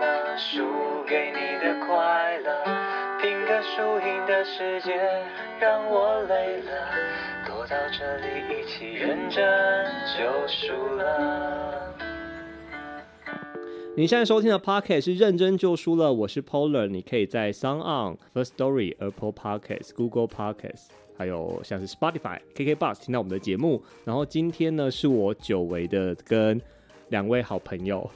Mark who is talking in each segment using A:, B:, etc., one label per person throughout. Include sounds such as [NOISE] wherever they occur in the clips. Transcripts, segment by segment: A: 了输给你的快乐。拼个输赢的世界让我累了，躲到这里一起认真就输了。
B: 你现在收听的 Pocket 是认真就输了，我是 Polar，你可以在 Sound On、First Story、Apple Pockets、Google Pockets，还有像是 Spotify、KK Bus 听到我们的节目。然后今天呢，是我久违的跟两位好朋
C: [LAUGHS]
B: 友，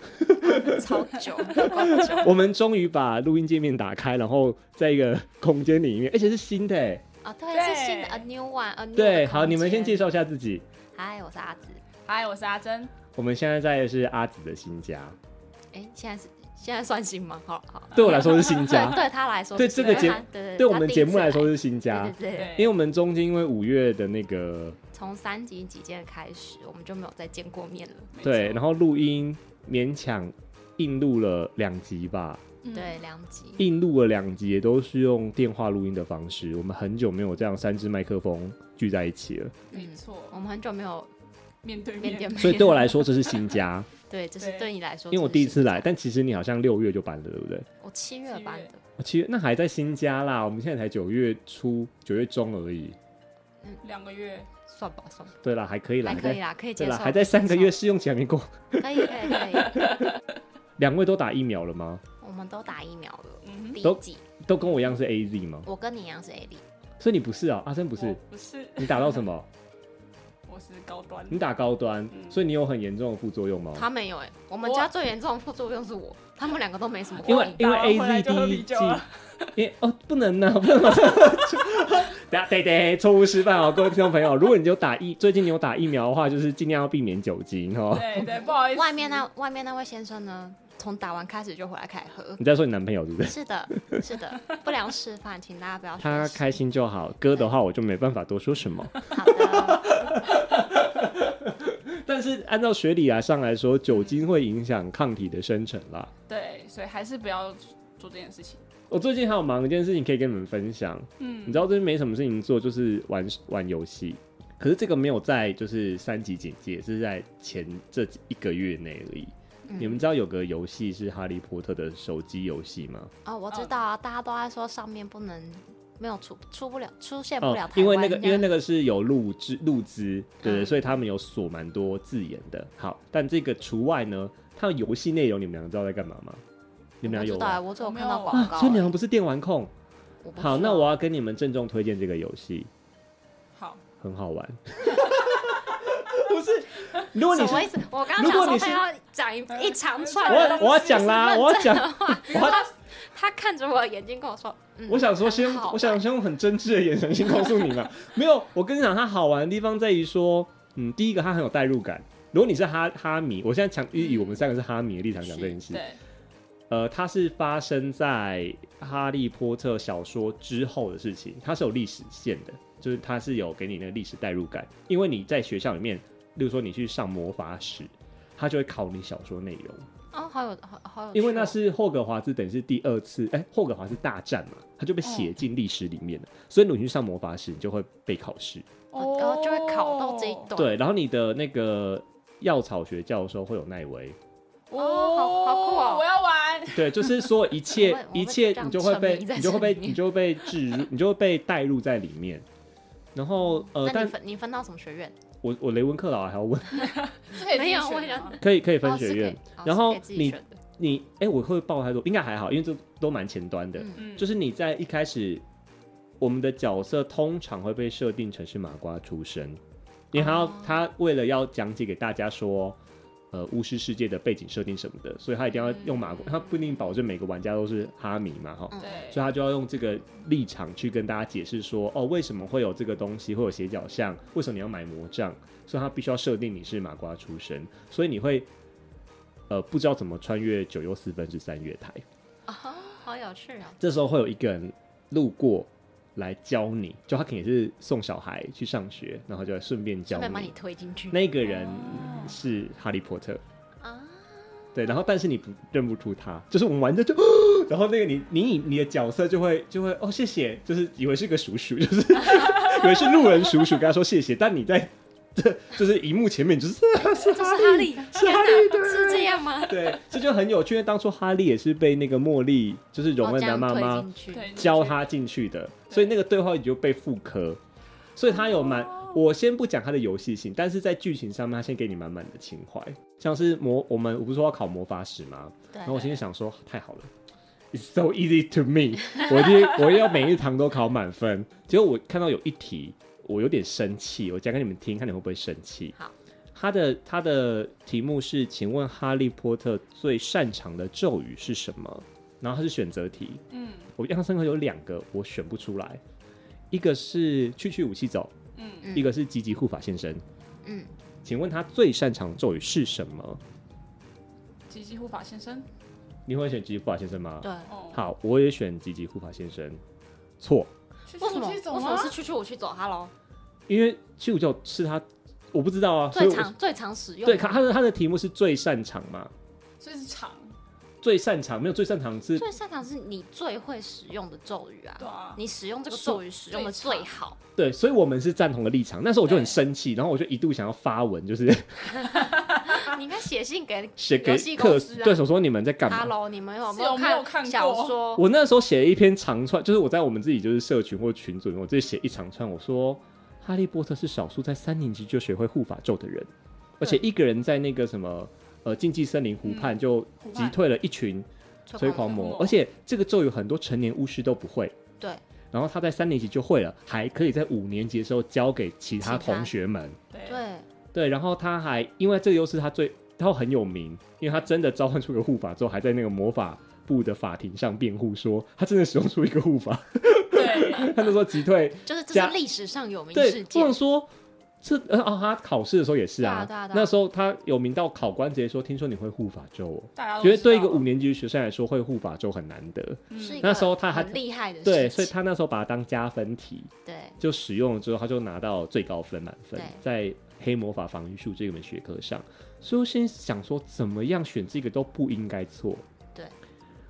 C: 超 [LAUGHS] 久，超久
B: 我们终于把录音界面打开，然后在一个空间里面，而且是新的欸。
C: 啊！对，是新的 a new one，a new
B: 对，
C: 的
B: 好，你们先介
C: 空间。
B: 绍一下自己。
C: 嗨，我是阿紫。
D: 嗨，我是阿珍。
B: 我们现在在的是阿紫的新家，
C: 哎，现在是现在算新吗？好好，
B: 对我来说是新
C: 对
B: 家，
C: 对他来说
B: 对
C: 是，
B: 这个节
C: 他对 [LAUGHS] 对
B: 对我们
C: 他
B: 节目
C: 第一次
B: 来说是新家。
C: 对对对，
B: 因为我们中间因为五月的那个
C: 从三级几件开始，我们就没有再见过面了。
B: 对，然后录音勉强硬录了两集吧，
D: 嗯
C: 对，两集，
B: 硬录了两集也都是用电话录音的方式。我们很久没有这样三支麦克风聚在一起
C: [LAUGHS]
B: 了，
D: 没错，
C: 我们很久没有
D: 面对
C: 嗯哦面对
D: 面，
C: 面，
B: 所以对我来说这是新
C: [LAUGHS]
B: 家，
C: 对，就是
D: 对
C: 对你来说，
B: 因为我第一次
C: 这是
B: 来。但其实你好像六月就搬了，对不对？
C: 我七月搬
D: 七
C: 的，
B: 哦七月那还在新家啦，我们现在才九月初、九月中而已。
D: 两个月，
C: 算吧算吧，
B: 对啦，还可以啦，
C: 还可以
B: 在
C: 啦，可以接
B: 对
C: 受，
B: 啦，还在三个
C: 可以
B: 月试用期还没过。
C: 接受，可以可以可以， [LAUGHS]
B: 两位都打疫苗了吗？
C: 我们都打疫苗了，
D: 嗯
C: 第
B: 都
C: 一季，
B: 都跟我一样是 A Z 吗？
C: 我跟你一样是 A D，
B: 所以你不是啊，阿珍不
C: 哦
D: 不
B: 是，
D: 不是，
B: 你打到什么？
D: 我是高端，
B: 你打高端，
D: 嗯
B: 所以你有很严重的副作用吗？
C: 他没有哎、我们
D: 我
C: 家最严重的副作用是 [LAUGHS] 我，他们两个都没什么反
B: 因
C: 应。
B: 为因为
D: 打完回
B: A Z
D: 来就喝
B: 第一
D: 啤
B: 季
D: 酒啊了，
B: 因为哦不能 [LAUGHS] 呢、不能马上等下对对，错误示范哦， [LAUGHS] 各位听众朋友，如果你有打疫，最近你有打疫苗的话，就是尽量要避免酒精哦。
D: 对对，不好意
C: [LAUGHS]
D: 思，
C: 外面那外面那位先生呢，从打完开始就回来开始
B: [LAUGHS]
C: 喝。
B: 你在说你男朋友对不对？
C: 是的，是的，不良示范，请大家不要学习。
B: 他开心就好，哥的话我就没办法多说什么。
C: 好
B: [LAUGHS]
C: 的，
B: 但是按照学理来上来说，酒精会影响抗体的生成啦。
D: 对，所以还是不要做这件事情。
B: 我最近还有忙一件事情可以跟你们分享，
D: 嗯，
B: 你知道最近没什么事情做，就是玩玩游戏。可是这个没有在就是三级警戒，是在前这几一个月内而已。
C: 嗯
B: 你们知道有个游戏是《哈利波特》的手机游戏吗？
C: 哦，我知道啊，大家都在说上面不能没有出出不了出现不了台湾、
B: 哦因为那个因为那
C: 个
B: 个是有录制录资，对对，
C: 嗯
B: 所以他们有锁蛮多字眼的。好，但这个除外呢，它的游戏内容你们两个知道在干嘛吗？你们俩有
C: 知道啊，
B: 玩？啊
C: 我只有
D: 我没
C: 看到
D: 有
C: 广告、
B: 所以你们不是电玩控？
C: 我欸不啊
B: 好，
C: 知
B: 那
C: 道
B: 我要跟你们郑重推荐这个游戏，
D: 好，
B: 很好玩。 [LAUGHS] 不是，如果你
C: 什
B: 是
C: 么意思？我刚
B: 如果
C: 刚想说
B: 你是
C: 他要讲一一长串
B: 我
C: 的
B: 要我要讲
C: [LAUGHS]
B: 啦，我要讲，我要
C: 他他看着我的眼睛跟我说，嗯、
B: 我想说先
C: 很好，玩
B: 我想先用很真挚的眼神先告诉你们， [LAUGHS] 没有，我跟你讲，它好玩的地方在于说，嗯，第一个它很有代入感。如果你是哈哈迷，我现在强以以我们三个是哈迷的立场讲这件事，
D: 对，
B: 呃，它是发生在《哈利波特》小说之后的事情，它是有历史线的，就是它是有给你那个历史代入感，因为你在学校里面，例如说你去上魔法史，它就会考你小说内容。
C: 哦，好有好好有趣哦，
B: 因为那是霍格华兹，等于是第二次，哎、霍格华兹大战嘛，它就被写进历史里面了。所以如果你去上魔法史，你就会被考试。
C: 哦，然后就会考到这一段，
B: 对，然后你的那个药草学教授会有奈维，
C: 哦好好酷哦
D: 我要玩，
B: 对，就是说一
C: [LAUGHS] 我
B: 切
C: 会我会
B: 一切，
C: 这样
B: 你就会被
C: 沉迷在
B: 你就会被
C: 这里面
B: 你就会被置入，你就会被带入在里面。然后呃，
C: 那你
B: 但
C: 分你分到什么学院？
B: 我我雷文克劳还要问，
D: 是可以自
C: 没
D: 己
C: 有
D: 选
C: 我想
D: 吗
B: 可以可以分
C: 哦
B: 学
C: 是可以
B: 院，
C: 哦
B: 然
C: 是
B: 后
C: 可以自己
B: 你
C: 选的
B: 你哎、我会报太多，应该还好，因为这都蛮前端的。
C: 嗯
D: 嗯，
B: 就是是你在一开始，我们的角色通常会被设定成是麻瓜出身，因为他要、
C: 哦
B: 他为了要讲解给大家说，呃巫师世界的背景设定什么的，所以他一定
C: 嗯
B: 要用马，他不一定保证每个玩家都是哈迷嘛哈，
D: 对
B: 所以他就要用这个立场去跟大家解释说，哦，为什么会有这个东西，会有斜角巷，为什么你要买魔杖，所以他必须要设定你是麻瓜出身，所以你会呃不知道怎么穿越九又四分之三月台，
C: 哦，好有趣哦。
B: 这时候会有一个人路过来教你，就他可能也是送小孩去上学，然后就顺便教
C: 顺便把你哦
B: 你。
C: 推进去
B: 那个人是哈利波特，
C: 啊，
B: 对，然后但是你不认不出他，就是我们玩着就， [GASPS] 然后那个你你以你的角色就会就会哦谢谢，就是以为是个叔 [LAUGHS] 叔，就是以为是路人叔叔跟他说谢谢，但你在 [LAUGHS] 这就是荧幕前面你就是
C: [LAUGHS]
B: 是
C: 这是哈利，啊天
B: 哈利对
C: 哪，是这样吗？
B: 对，这就很有趣，因为当初哈利也是被那个茉莉，就是
C: 哦
B: 荣恩
C: 这
B: 的
C: 样
B: 妈
C: 推
B: 妈，
C: 进去
D: 对，
B: 教他进去的，所以那个对话也就被复刻，所以他有满，
C: 哦
B: 我先不讲他的游戏性，但是在剧情上面，他先给你满满的情怀，像是魔，我们我不是说要考魔法史吗？
C: 对
B: 然后我心里想说，太好了。It's so easy to me，我
C: [LAUGHS]
B: 就我要每一堂都考满分。结果我看到有一题，我有点生气，我讲给你们听，看你们会不会生气。
C: 好，
B: 他的他的题目是，请问哈利波特最擅长的咒语是什么？然后它是选择题，
D: 嗯
B: 我印象深刻有两个我选不出来，一个是去去武器走，
D: 嗯，
C: 嗯
B: 一个是吉吉护法现身。
C: 嗯，
B: 请问他最擅长的咒语是什么？
D: 吉吉护法先生，
B: 你会选吉吉护法先生吗？
C: 对，
D: 哦，
B: 好，我也选吉吉护法先生。错，
D: 去
C: 为什么
D: 暑
C: 为
D: 期
C: 什
D: 走
C: 么
D: 吗
C: 是去去我去走哈喽？
B: 因为去武器走是他，我不知道啊。所以
C: 最
B: 我
C: 常最常使用
B: 对，他的他的题目是最擅长嘛？
D: 所以是长，
B: 最擅长没有最擅长是
C: 最擅长是你最会使用的咒语啊，
D: 对啊
C: 你使用这个
B: 是
C: 咒语使用的最好，
B: 对，所以我们是赞同的立场。那时候我就很
D: 对
B: 生气，然后我就一度想要发文，就是
C: 你应该写信给
B: 写给
C: 游戏
B: 克
C: 公
B: 斯
C: 司
B: 对
C: 啊。
B: 手说你们在干嘛
C: 哈？喽，你们有
D: 是有没有
C: 看
D: 看过
C: 小说？
B: 我那时候写了一篇长串，就是我在我们自己就是社群或群组里面，我自己写一长串，我说哈利波特是少数在三年级就学会护法咒的人，而且一个人在那个什么呃禁忌森林湖畔就
D: 湖
B: 击
D: 畔
B: 退了一群催狂魔
D: 魔，
B: 而且这个咒语很多成年巫师都不会，
C: 对，
B: 然后他在三年级就会了，还可以在五年级的时候教给其他
C: 其他
B: 同学们。
D: 对，
C: 对，
B: 对，然后他还因为这个优势，他最他很有名，因为他真的召唤出一个护法之后，还在那个魔法部的法庭上辩护说，他真的使用出一个护法， [LAUGHS]
D: 对，
B: 他那时候击退，
C: 就是这
B: 加
C: 是历史上有名
B: 对
C: 事，
B: 不能
C: 件，
B: 说这呃啊，他考试的时候也是啊，
C: 对啊对啊对啊
B: 那时候他有名到考官直接说，听说你会护法咒、哦，
D: 大家
C: 啊
D: 都
B: 觉得对一
D: 知
B: 个
D: 道
B: 五年级的学生来说，会护法咒很难得，
C: 是一
D: 嗯，
C: 个
B: 那时候他还
C: 很厉害的
B: 对，
C: 事
B: 所以
C: 情，
B: 他那时候把它当加分题，
C: 对
B: 就使用了之后，他就拿到最高分满分
C: 对，
B: 在黑魔法防御术这门学科上。所以我先想说，怎么样选这个都不应该错。
C: 对，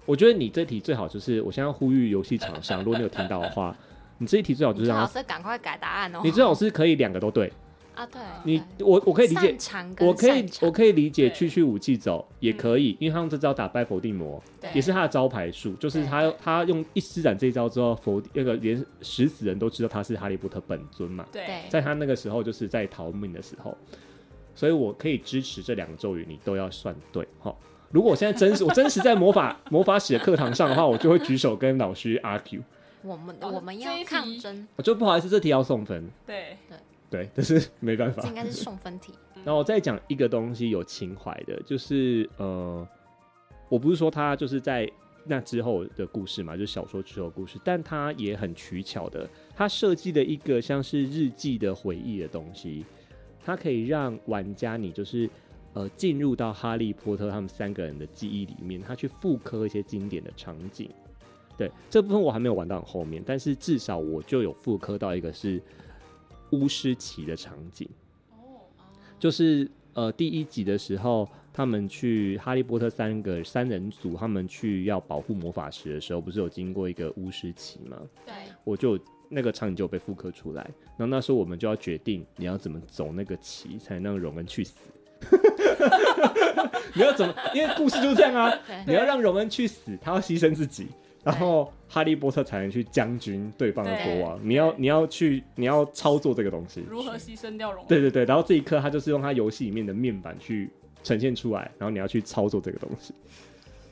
B: 我觉得你这题最好就是，我现在呼吁游戏厂商，如果你有听到的
C: [LAUGHS]
B: 话，你这一题最好就
C: 你
B: 是
C: 最
B: 让
C: 好
B: 他，
C: 是赶快改答案哦。
B: 你最好是可以两个都对。
C: 啊，对，
B: 你
C: 对
B: 我我可以理解
C: 擅，长跟
B: 我可以
C: 擅长嗯
B: 我可以理解
D: 对
B: 区区武器走也可以，因为他用这招打败伏地魔，
D: 对
B: 也是他的招牌术，就是
C: 对
B: 他他用一施展这一招之后，伏那个连食死人都知道他是哈利波特本尊嘛。
D: 对
C: 对
B: 在他那个时候就是在逃命的时候，所以我可以支持这两个咒语，你都要算对哈。如果我现在真实， [LAUGHS] 我真实在魔法魔法史的课堂上的话，我就会举手跟老师 argue，
C: 我们
D: 哦
C: 我们
D: 这
C: 要
D: 一
C: 抗
D: 题
C: 争，
B: 我哦就不好意思，这题要送分，
D: 对，
B: 对，但是没办
C: 这
B: 法 [LAUGHS]
C: 应。该是送分题。
B: 然后我再讲一个东西有情怀的，就是呃，我不是说他就是在那之后的故事嘛，就是小说之后的故事，但他也很取巧的，他设计了一个像是日记的回忆的东西，它可以让玩家你就是呃进入到哈利波特他们三个人的记忆里面，他去复刻一些经典的场景。对这部分我还没有玩到很后面，但是至少我就有复刻到一个是巫师旗的场景。
D: 哦，
B: 就是呃第一集的时候，他们去哈利波特三个三人组，他们去要保护魔法石的时候，不是有经过一个巫师旗吗？
D: 对，
B: 我就那个场景就被复刻出来。然后那时候我们就要决定你要怎么走那个旗，才能让荣恩去死。 [LAUGHS] 你要怎么？因为故事就是这样啊，
C: 对
B: 你要让荣恩去死，他要牺牲自己，然后哈利波特才能去将军对方的国王。你要你要去你要操作这个东西，
D: 如何牺牲掉容？
B: 对对对，然后这一刻他就是用他游戏里面的面板去呈现出来，然后你要去操作这个东西。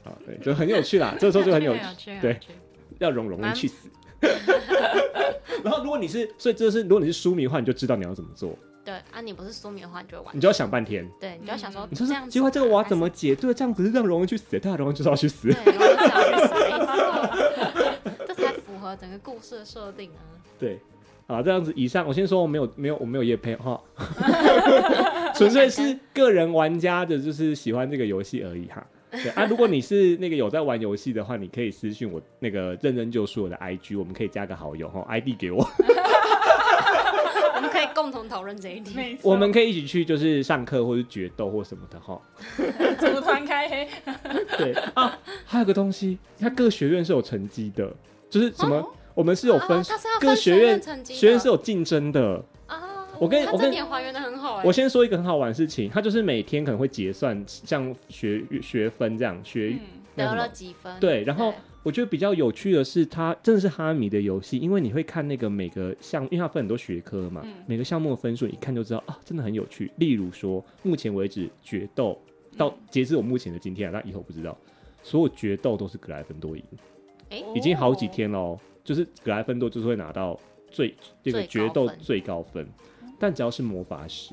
B: 啊，对，就很有趣啦，这时候就很有趣，
C: 趣
B: 对，要容容易去 [LAUGHS] 死。然后如果你是，所以这是如果你是书迷的话，你就知道你要怎么做。
C: 对啊，你不是苏米的话，你就会玩
B: 你。就要想半天。
C: 对，你
D: 嗯
C: 就要想说
B: 你
C: 这
B: 说
C: 样
B: 是，
C: 子，
B: 计划这个我要怎么？解？对，这样可是让荣恩去死，对啊，荣恩就是要去死
C: 对，。然后这样是什么意思哦 [LAUGHS] 这才符合整个故事的设定啊。
B: 对，啊，这样子，以上我先说我没有没有我没有叶配
C: [LAUGHS]
B: 哈，纯粹是个人玩家的，就是喜欢这个游戏而已哈。对啊，如果你是那个有在玩游戏的话，你可以私信我那个认真救赎我的 IG，我们可以加个好友哈，ID 给我，
C: 我们可以共同讨论这一题。
D: 没错
B: [LAUGHS] 我们可以一起去就是上课或是决斗或什么的哈。
D: 组团开
B: [LAUGHS]
D: 黑，
B: 对啊，还有个东西，它各学院是有成绩的，就是什么、
D: 哦
B: 我们是有分、
C: 啊，它是要
B: 各
C: 分
B: 学
C: 学院
B: 院
C: 成绩的，
B: 学院是有竞争的。
C: 啊。
B: 我跟
C: 它
B: 哎我
C: 这
B: 跟
C: 点还原的很好哎。
B: 我先说一个很好玩的事情，它就是每天可能会结算，像学学分这样学、
D: 嗯，
B: 那
C: 得
B: 什么
C: 了几分？
B: 对，然后我觉得比较有趣的是，它真的是哈迷的游戏，因为你会看那个每个项，因为它分很多学科嘛，
D: 嗯
B: 每个项目的分数一看就知道啊，真的很有趣。例如说，目前为止决斗到截至我目前的今天啊，那以后不知道，所有决斗都是格莱芬多赢，
C: 诶
B: 已经好几
D: 哦，
B: 天喽，就是格莱芬多就是会拿到最这个
C: 最高
B: 决斗
C: 分
B: 最高分，但只要是魔法使，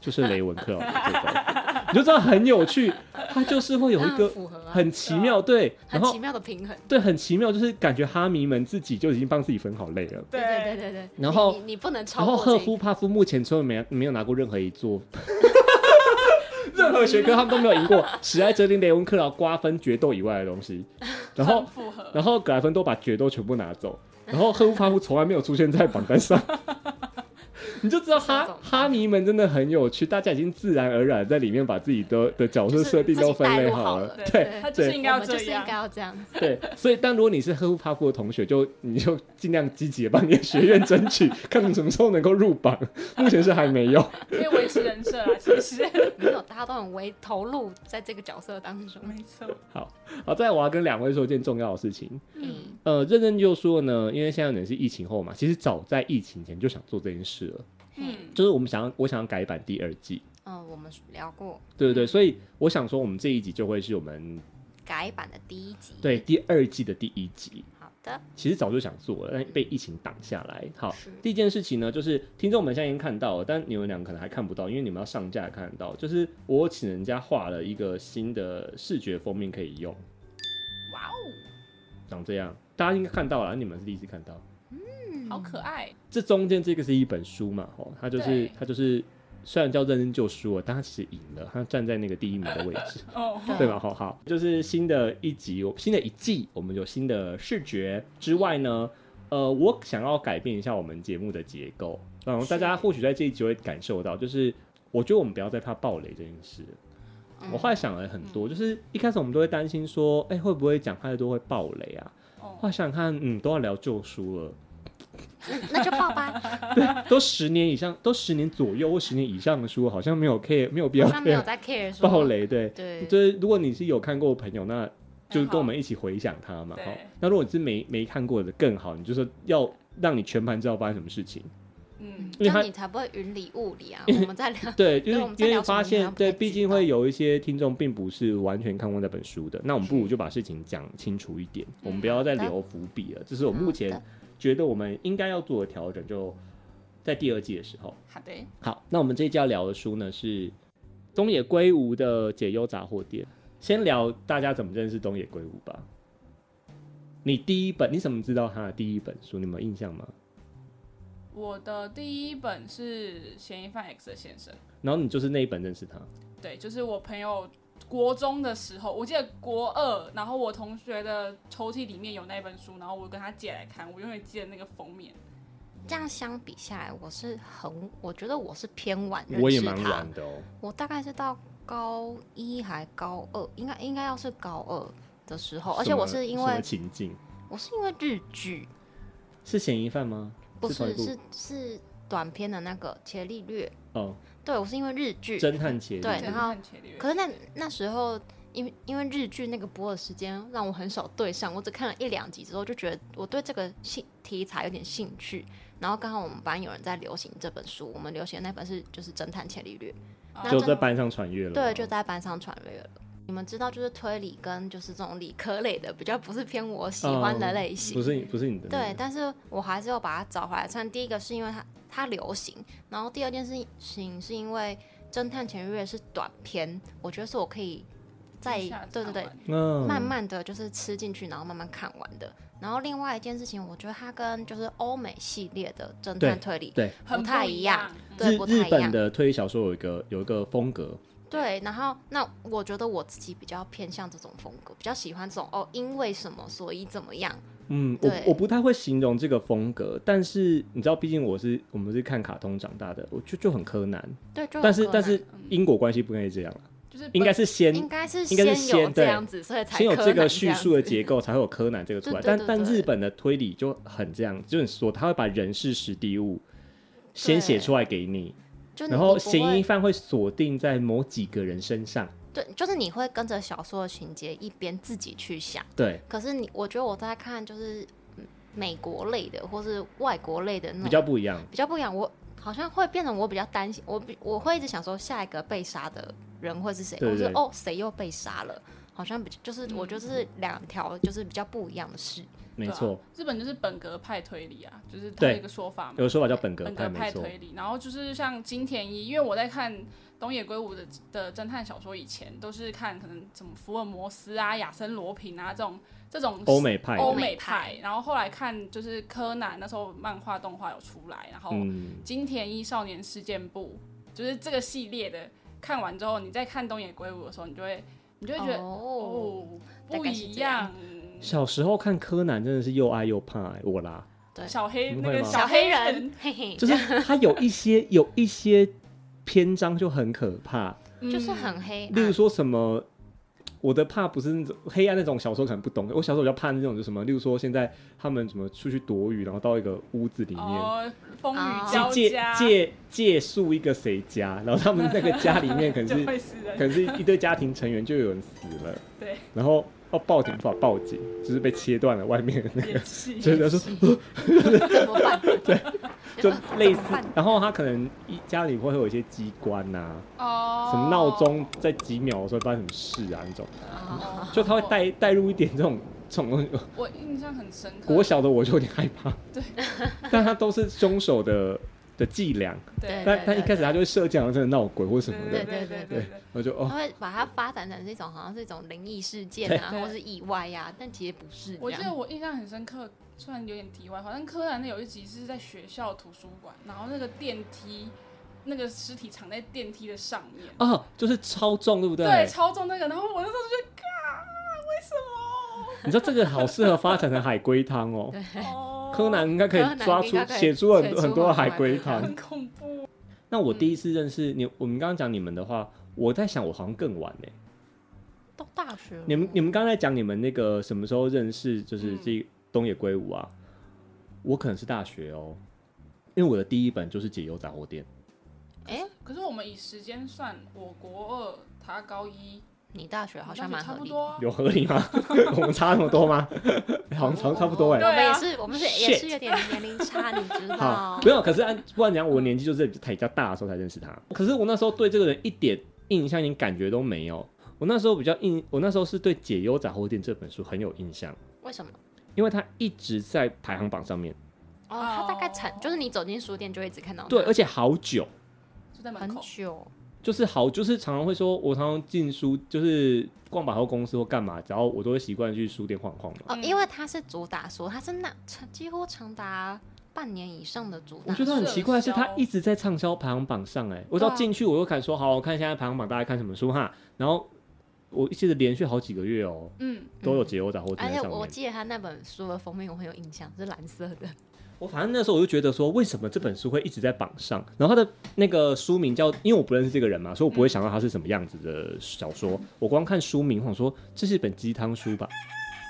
B: 就是雷文
C: [LAUGHS]
B: 克劳的最高分，你就知道很有趣，它就是会有一
C: 那
B: 个
C: 符合啊
B: 很奇妙，对，然
C: 很
B: 后
C: 奇妙的平衡。
B: 对很奇妙，就是感觉哈迷们自己就已经帮自己分好类了。
D: 对
C: 对对对对。
B: 然后
C: 你你你不能超
B: 然后
C: 过
B: 赫
C: 这一
B: 夫帕夫目前从来没有没有拿过任何一座，
C: [LAUGHS]
B: 任何学科他们都没有赢过，史莱哲林、雷文克劳瓜分决斗以外的东西。然后
D: 很符合，
B: 然后格莱芬多把决斗全部拿走，然后赫夫帕夫从来没有出现在榜单上，
D: [LAUGHS]
B: 你就知道哈
C: 这是种
B: 哈迷们真的很有趣，大家已经自然而然在里面把自己的的角色
C: 就是
B: 设定都分类
C: 好
B: 了，
D: 对
B: 对
D: 他就是应该
C: 我
D: 要
C: 们
D: 这
C: 就是应该
D: 样，
C: 要这样。
B: 对，所以但如果你是赫夫帕夫的同学，就你就尽量积极的帮你的学院争取，看你什么时候能够入榜，目前是还没有。
D: 可以维持人设啊，
C: [LAUGHS]
D: 其实
C: 没有，大家都很为投入在这个角色当中。
D: 没错，
B: 好，再来我要跟两位说一件重要的事情，
C: 嗯，
B: 呃，认真就说呢，因为现在可能是疫情后嘛，其实早在疫情前就想做这件事了。
D: 嗯，
B: 就是我们想要，我想要改版第二季，
C: 嗯，我们聊过
B: 对不对？所以我想说，我们这一集就会是我们
C: 改版的第一集。，
B: 对第二季的第一集。
C: 好的，
B: 其实早就想做了，但被疫情挡下来。好
C: 是，
B: 第一件事情呢，就是听众们现在已经看到了，但你们两个可能还看不到，因为你们要上架看得到。就是我请人家画了一个新的视觉封面可以用，
D: 哇哦，
B: 长这样，大家应该看到了，你们是第一次看到。
D: 好可爱，
B: 这中间这个是一本书嘛，哦，它就是
D: 对
B: 它就是虽然叫认真救书了，但它其实赢了，它站在那个第一名的位置。
D: 哦，
C: 对
B: 对吧？好好，就是新的一集，我新的一季，我们有新的视觉之外呢，呃，我想要改变一下我们节目的结构，然后大家或许在这一集会感受到，就是我觉得我们不要再怕暴雷这件事。
C: 嗯
B: 我后来想了很多，就是一开始我们都会担心说，哎、会不会讲太多会暴雷啊？后
D: 哦，
B: 来想想看，嗯，都要聊旧书了，
C: 那就报
B: [LAUGHS]
C: 吧，
B: 都十年以上，都十年左右或十年以上的书，好像没有 care，没有必要
C: 好像没有
B: care
C: 在 care 说
B: 暴。雷，对。
C: 对，
B: 就是如果你是有看过的朋友，那就是
D: 很好
B: 跟我们一起回想它嘛。
D: 对
B: 好，那如果你是没没看过的更好，你就说要让你全盘知道发生什么事
C: [LAUGHS]
B: 情。
D: 嗯，
B: 因
C: 这
B: 为他
C: 样你才不会云里雾里
B: [LAUGHS]
C: 啊。我们在聊，
B: 对，因
C: 对我
B: 为
C: 们在
B: 因
C: 聊
B: 为
C: 什么
B: 发
C: 你好
B: 现
C: 像不
B: 对，
C: 太
B: 毕
C: 知
B: 竟
C: 道
B: 会有一些听众并不是完全看过那本书的，那我们不如就把事情讲清楚一点，我们不要再留伏笔了。这是我目
C: 嗯好
B: 前
C: 的
B: 觉得我们应该要做的调整，就在第二季的时候。
D: 好的，
B: 好，那我们这一季要聊的书呢是东野圭吾的《解忧杂货店》。先聊大家怎么认识东野圭吾吧。你第一本，你怎么知道他的第一本书？你们有印象吗？
D: 我的第一本是《嫌疑犯 X 的先生》，
B: 然后你就是那一本认识他。
D: 对，就是我朋友国中的时候，我记得国二，然后我同学的抽屉里面有那本书，然后我跟他借来看，我永远记得那个封面。
C: 这样相比下来，我是很，我觉得我是偏晚认识他。
B: 我也蛮晚的哦。
C: 我大概是到高一还高二，应该应该要是高二的时候，哦而且
B: 什么
C: 我是
B: 什
C: 因
B: 么
C: 为
B: 情境
C: 我是因为日剧，
B: 是嫌疑犯吗？
C: 不
B: 同一
C: 是
B: 部
C: 是是短片的那个《伽利略》。
B: 哦，
C: 对，我是因为日剧。
B: 侦探茄子。
C: 对然后
D: 很前
C: 可是那那时候，因为因为日剧那个播的时间让我很少对上，我只看了一两集之后就觉得我对这个兴题材有点兴趣。然后刚好我们班有人在流行这本书，我们流行的那本是就是《侦探伽利略》，
D: 啊
C: 那
B: 就
C: 真
B: 在班上传阅了。
C: 对，就。在班上传阅了。你们知道，就是推理跟就是这种理科类的比较不是偏我喜欢的类型，
B: 嗯哦不是你，不是你的那
C: 对
B: 个。，
C: 但是我还是要把它找回来。虽然第一个是因为它它流行。然后第二件事情是因为《侦探前月》是短篇，我觉得是我可以在
D: 一下子
C: 对对对
D: 看完
B: 嗯，
C: 慢慢的就是吃进去，然后慢慢看完的。然后另外一件事情，我觉得它跟就是欧美系列的侦
B: 对
C: 探推理
B: 对，
D: 很
C: 不太
D: 一
C: 一样
D: 嗯
C: 对
B: 日
C: 不太
B: 日
C: 一
B: 本
C: 样
B: 的推理小说有一个有一个风格，
C: 对，然后那我觉得我自己比较偏向这种风格，比较喜欢这种哦，因为什么所以怎么样，
B: 嗯，我
C: 对
B: 我不太会形容这个风格，但是你知道，毕竟我是我们是看卡通长大的，我就就很柯南，
C: 对，就很
B: 但是
C: 柯
B: 但
C: 南嗯
B: 是因果关系不可以这样了，啊
D: 就是
B: 应该是先
C: 应该是
B: 应该是
C: 先有
B: 先
C: 这
B: 对
C: 样子，所以才
B: 先有
C: 柯
B: 这个
C: 南
B: 叙
C: 样
B: 述的
C: 子
B: 结构，才会有柯南这个出来。
C: 对对
B: 但
C: 对
B: 但
C: 对
B: 日本的推理就很这样，就是说他会把人事实地物先写
C: 对
B: 出来给你，
C: 就
B: 然
C: 你
B: 后
C: 不
B: 嫌
C: 会
B: 疑犯会锁定在某几个人身上。
C: 对，就是你会跟着小说的情节一边自己去想。
B: 对，
C: 可是你，我觉得我在看就是嗯美国类的或是外国类的那
B: 比
C: 种
B: 较不一样。
C: 比较不一样，我好像会变成我比较担心，我比我会一直想说下一个被杀的人会是谁，
B: 对对
C: 或是哦谁又被杀了，好像比就是我觉得是两条就是比较不一样的事。
B: 没
D: 对啊
B: 错，
D: 日本就是本格派推理啊，就是它有
B: 对
D: 一个说法嘛
B: 有，个说法叫本格
D: 本
B: 派，
D: 格
B: 没
D: 派
B: 错。
D: 推理。然后就是像金田一，因为我在看东野圭吾的的侦探小说以前，都是看可能什么福尔摩斯啊、亚森罗平啊这种这种
B: 欧美派的，
C: 欧
D: 欧美
C: 美
D: 派。然后后来看就是柯南，那时候漫画动画有出来，然后
B: 嗯，
D: 金田一少年事件簿，就是这个系列的。看完之后，你再看东野圭吾的时候，你就会你就会觉得
C: 哦，
D: 哦，
C: 大
D: 不
C: 概是
D: 一
C: 这样
D: 样。
B: 小时候看柯南真的是又爱又怕、欸，我
D: [LAUGHS]
B: 啦，
C: 对，
D: 小黑
B: 你
D: 那
B: 会
D: 个
B: 吗
C: 小
D: 黑
C: 黑人，，嘿嘿，
B: 就是他有一些有一些篇章就很可怕，
C: 就是
D: 嗯
C: 很黑啊
B: 例如
C: 暗，
B: 说什么。我的怕不是那种黑暗那种小时候可能不懂，我小时候比较怕那种就什么，例如说现在他们什么出去躲雨，然后到一个屋子里面，
D: 哦，风
C: 哦
D: 雨
B: 借
D: 交
B: 借
D: 加，
B: 啊借借宿一个谁家，然后他们那个家里面可能
D: [LAUGHS] 就是会死
B: 可
D: 人。
B: 能是一对家庭成员就有人死了，
D: 对，
B: 然后要报警无法报警，就是被切断了外面的那个
D: 演，戏，
B: 就是他说
C: 怎么
B: [LAUGHS]
C: 办？
B: 就类似
C: 怎么办，
B: 然后他可能一家里会有一些机关呐、
D: 哦，
B: 什么闹钟在几秒的时候会发生什么事啊那种，
C: 哦
D: 哦，
B: 就他会带带入一点这种这种东西。
D: 我。我印象很深刻，
B: 国小的我就有点害
C: [LAUGHS]
B: 怕，
D: 对，
B: 但他都是凶手的的伎俩，
D: 对
C: 对
B: 但但一开始他就会设计好像真的闹鬼或什么的
D: 对，对
C: 对对
D: 对
B: 我就哦
C: 他。会把它发展成这种好像是一种灵异事件啊，
D: 对
C: 或是意外呀、啊，但其实不是这
D: 我记得
C: 样。
D: 我印象很深刻，虽然有点题外话，但柯南的有一集是在学校图书馆，然后那个电梯，那个尸体藏在电梯的上面，
B: 啊，就是超重，对不对？
D: 对，超重那个，然后我那时候就觉得，啊，为什
B: 你知道这个好适合发展成海龟汤
C: [LAUGHS]
B: 哦。
D: 么？哦，
B: 柯南应该可
C: 柯
B: 以
C: 南
B: 抓
C: 应
B: 出
C: 该可以
B: 写出很
C: 写
B: 多
C: 出
B: 很多的
C: 很多
B: 海龟
C: 海龟汤
B: 汤
D: 很。恐怖，
B: 那我第一次认识你，我们刚刚讲你们的话，我在想我好像更晚呢。
C: 到大学了，
B: 你们你们刚才讲你们那个什么时候认识，就是
D: 嗯
B: 这东野圭吾啊？我可能是大学哦，因为我的第一本就是《解忧杂货店
C: 哎、
D: 可是我们以时间算，我国二，他高一，
C: 你大学好像
D: 那
C: 蛮
D: 就差
C: 合
D: 不
C: 理
D: 多
C: 的。
D: 啊》，。
B: 有合理吗？我们差那么多吗？ [LAUGHS] 好像差差不多
C: 我
B: 哎。
D: 对啊
C: 们也是，我们是也
B: Shit
C: 是有点年龄差，你知
B: 好
C: 道，？
B: 没有，可是按不然讲，我年纪就是比较大的时候才认识他。可是我那时候对这个人一点印象、一点感觉都没有。我那时候比较印，我那时候是对《解忧杂货店》这本书很有印象，
C: 为什么？
B: 因为它一直在排行榜上面，
C: 哦，它大概产
D: 哦
C: 就是你走进书店就会一直看到它，
B: 对，而且好久，
D: 就在门
C: 很
D: 口，
C: 久，
B: 就是好，就是常常会说，我常常进书，就是逛百货公司或干嘛，然后我都会习惯去书店晃晃嘛。
C: 哦，
D: 嗯
C: 因为它是主打书，它是那长几乎长达半年以上的主
B: 我
C: 打
B: 觉
C: 书，
B: 得很奇怪，是
D: 社交
B: 他一直在畅销排行榜上、哎，我
C: 啊
B: 只要进去，我就敢说，好，我看现在排行榜大家看什么书哈，然后我一直连续好几个月哦、
D: 嗯，
B: 都有解忧杂货店
C: 而
B: 在
C: 且
B: 上面。
C: 我记得它那本书的封面我很有印象，是蓝色的，
B: 我反正那时候我就觉得说，为什么这本书会一直在榜上？然后它的那个书名叫，因为我不认识这个人嘛，所以我不
C: 嗯
B: 会想到它是什么样子的小说。我光看书名，我想说这是一本鸡汤书吧，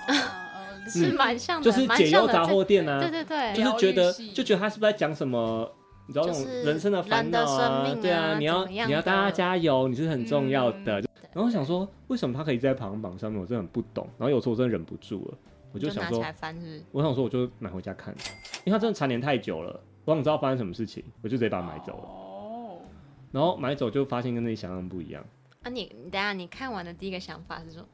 D: 呃呃
C: 是蛮像的，
B: 就是
C: 蛮
B: 解忧
C: 像的
B: 杂货店
C: 这
B: 啊，
C: 对对对，
B: 就是觉
D: 疗
B: 得
D: 愈系
B: 就觉得他是不是在讲什么？你知道那种
C: 就是
B: 人生的烦恼
C: 人的生命啊
B: 对啊，你要
C: 怎么样的嗯
B: 你要大家加油，你是很重要的。然后我想说，为什么他可以在排行榜上面？我真的很不懂。然后有时候我真的忍不住了，我就
C: 就
B: 想
C: 拿
B: 说
C: 起，来翻是不是。
B: 我想说我就买回家看，因为他真的蝉联太久了，我想知道发生什么事情，我就直接把它买走了。
D: 哦，
B: 然后买走就发现跟自己想象不一样，
C: 啊你，你等一下你看完的第一个想法是什么？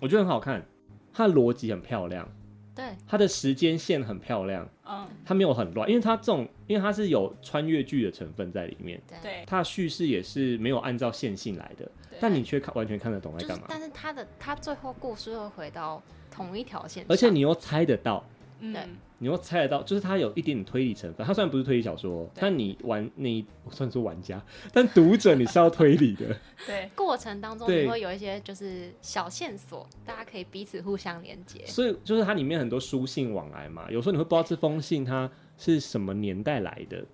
B: 我觉得很好看，它的逻辑很漂亮，
C: 对，
B: 它的时间线很漂亮，
D: 嗯，
B: 它没有很乱，因为它这种因为它是有穿越剧的成分在里面，
C: 对，啊
D: 对，
B: 它的叙事也是没有按照线性来的，
D: 对
B: 但你却看完全看得懂在
C: 就是
B: 干嘛，
C: 但是他的他最后故事会回到同一条线上，
B: 而且你又猜得到，
C: 对
D: 嗯，
B: 你又猜得到，就是它有一点点推理成分。它虽然不是推理小说，
D: 对
B: 但你玩你我算说玩家，但读者你是要推理的。
D: 对，
C: 过程当中
B: 对
C: 你会有一些就是小线索，大家可以彼此互相连接。
B: 所以就是它里面很多书信往来嘛，有时候你会不知道这封信它是什么年代来的，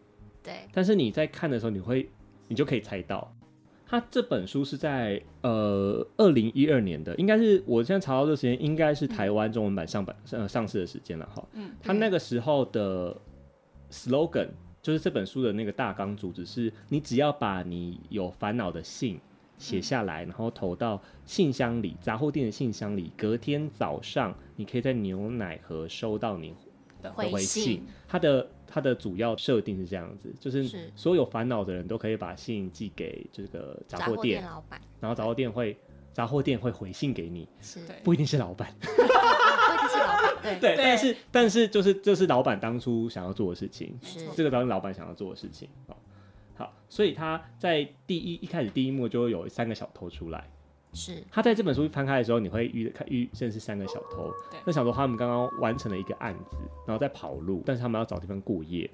C: 对，
B: 但是你在看的时候，你会你就可以猜到。它这本书是在呃二零一二年的，应该是我现在查到这时间，应该是台湾中文版上版、呃上市的时间了哈。
D: 嗯，
B: 它那个时候的 slogan 就是这本书的那个大纲主旨是：你只要把你有烦恼的信写下来，然后投到信箱里，杂货店的信箱里，隔天早上你可以在牛奶盒收到你
D: 的
C: 回
B: 回
C: 信
B: 信。它的它的主要设定是这样子，就是
C: 是
B: 所有烦恼的人都可以把信寄给这个杂
C: 杂
B: 货
C: 货
B: 店，
C: 店老板
B: 然后杂货店会杂货店会回信给你，
C: 是，呃
D: 对
B: 不一定是老板，
C: 不一定是老板，哎对，
B: 对，
D: 对
B: 但是但是就是这是老板当初想要做的事情，
D: 没
C: 是
D: 错
B: 这个当是老板想要做的事情。好，好，所以他在第一一开始第一幕就会有三个小偷出来。
C: 是
B: 他在这本书翻开的时候，你会遇看遇认识三个小偷
D: 对，
B: 那小偷他们刚刚完成了一个案子，然后在跑路，但是他们要找地方过夜。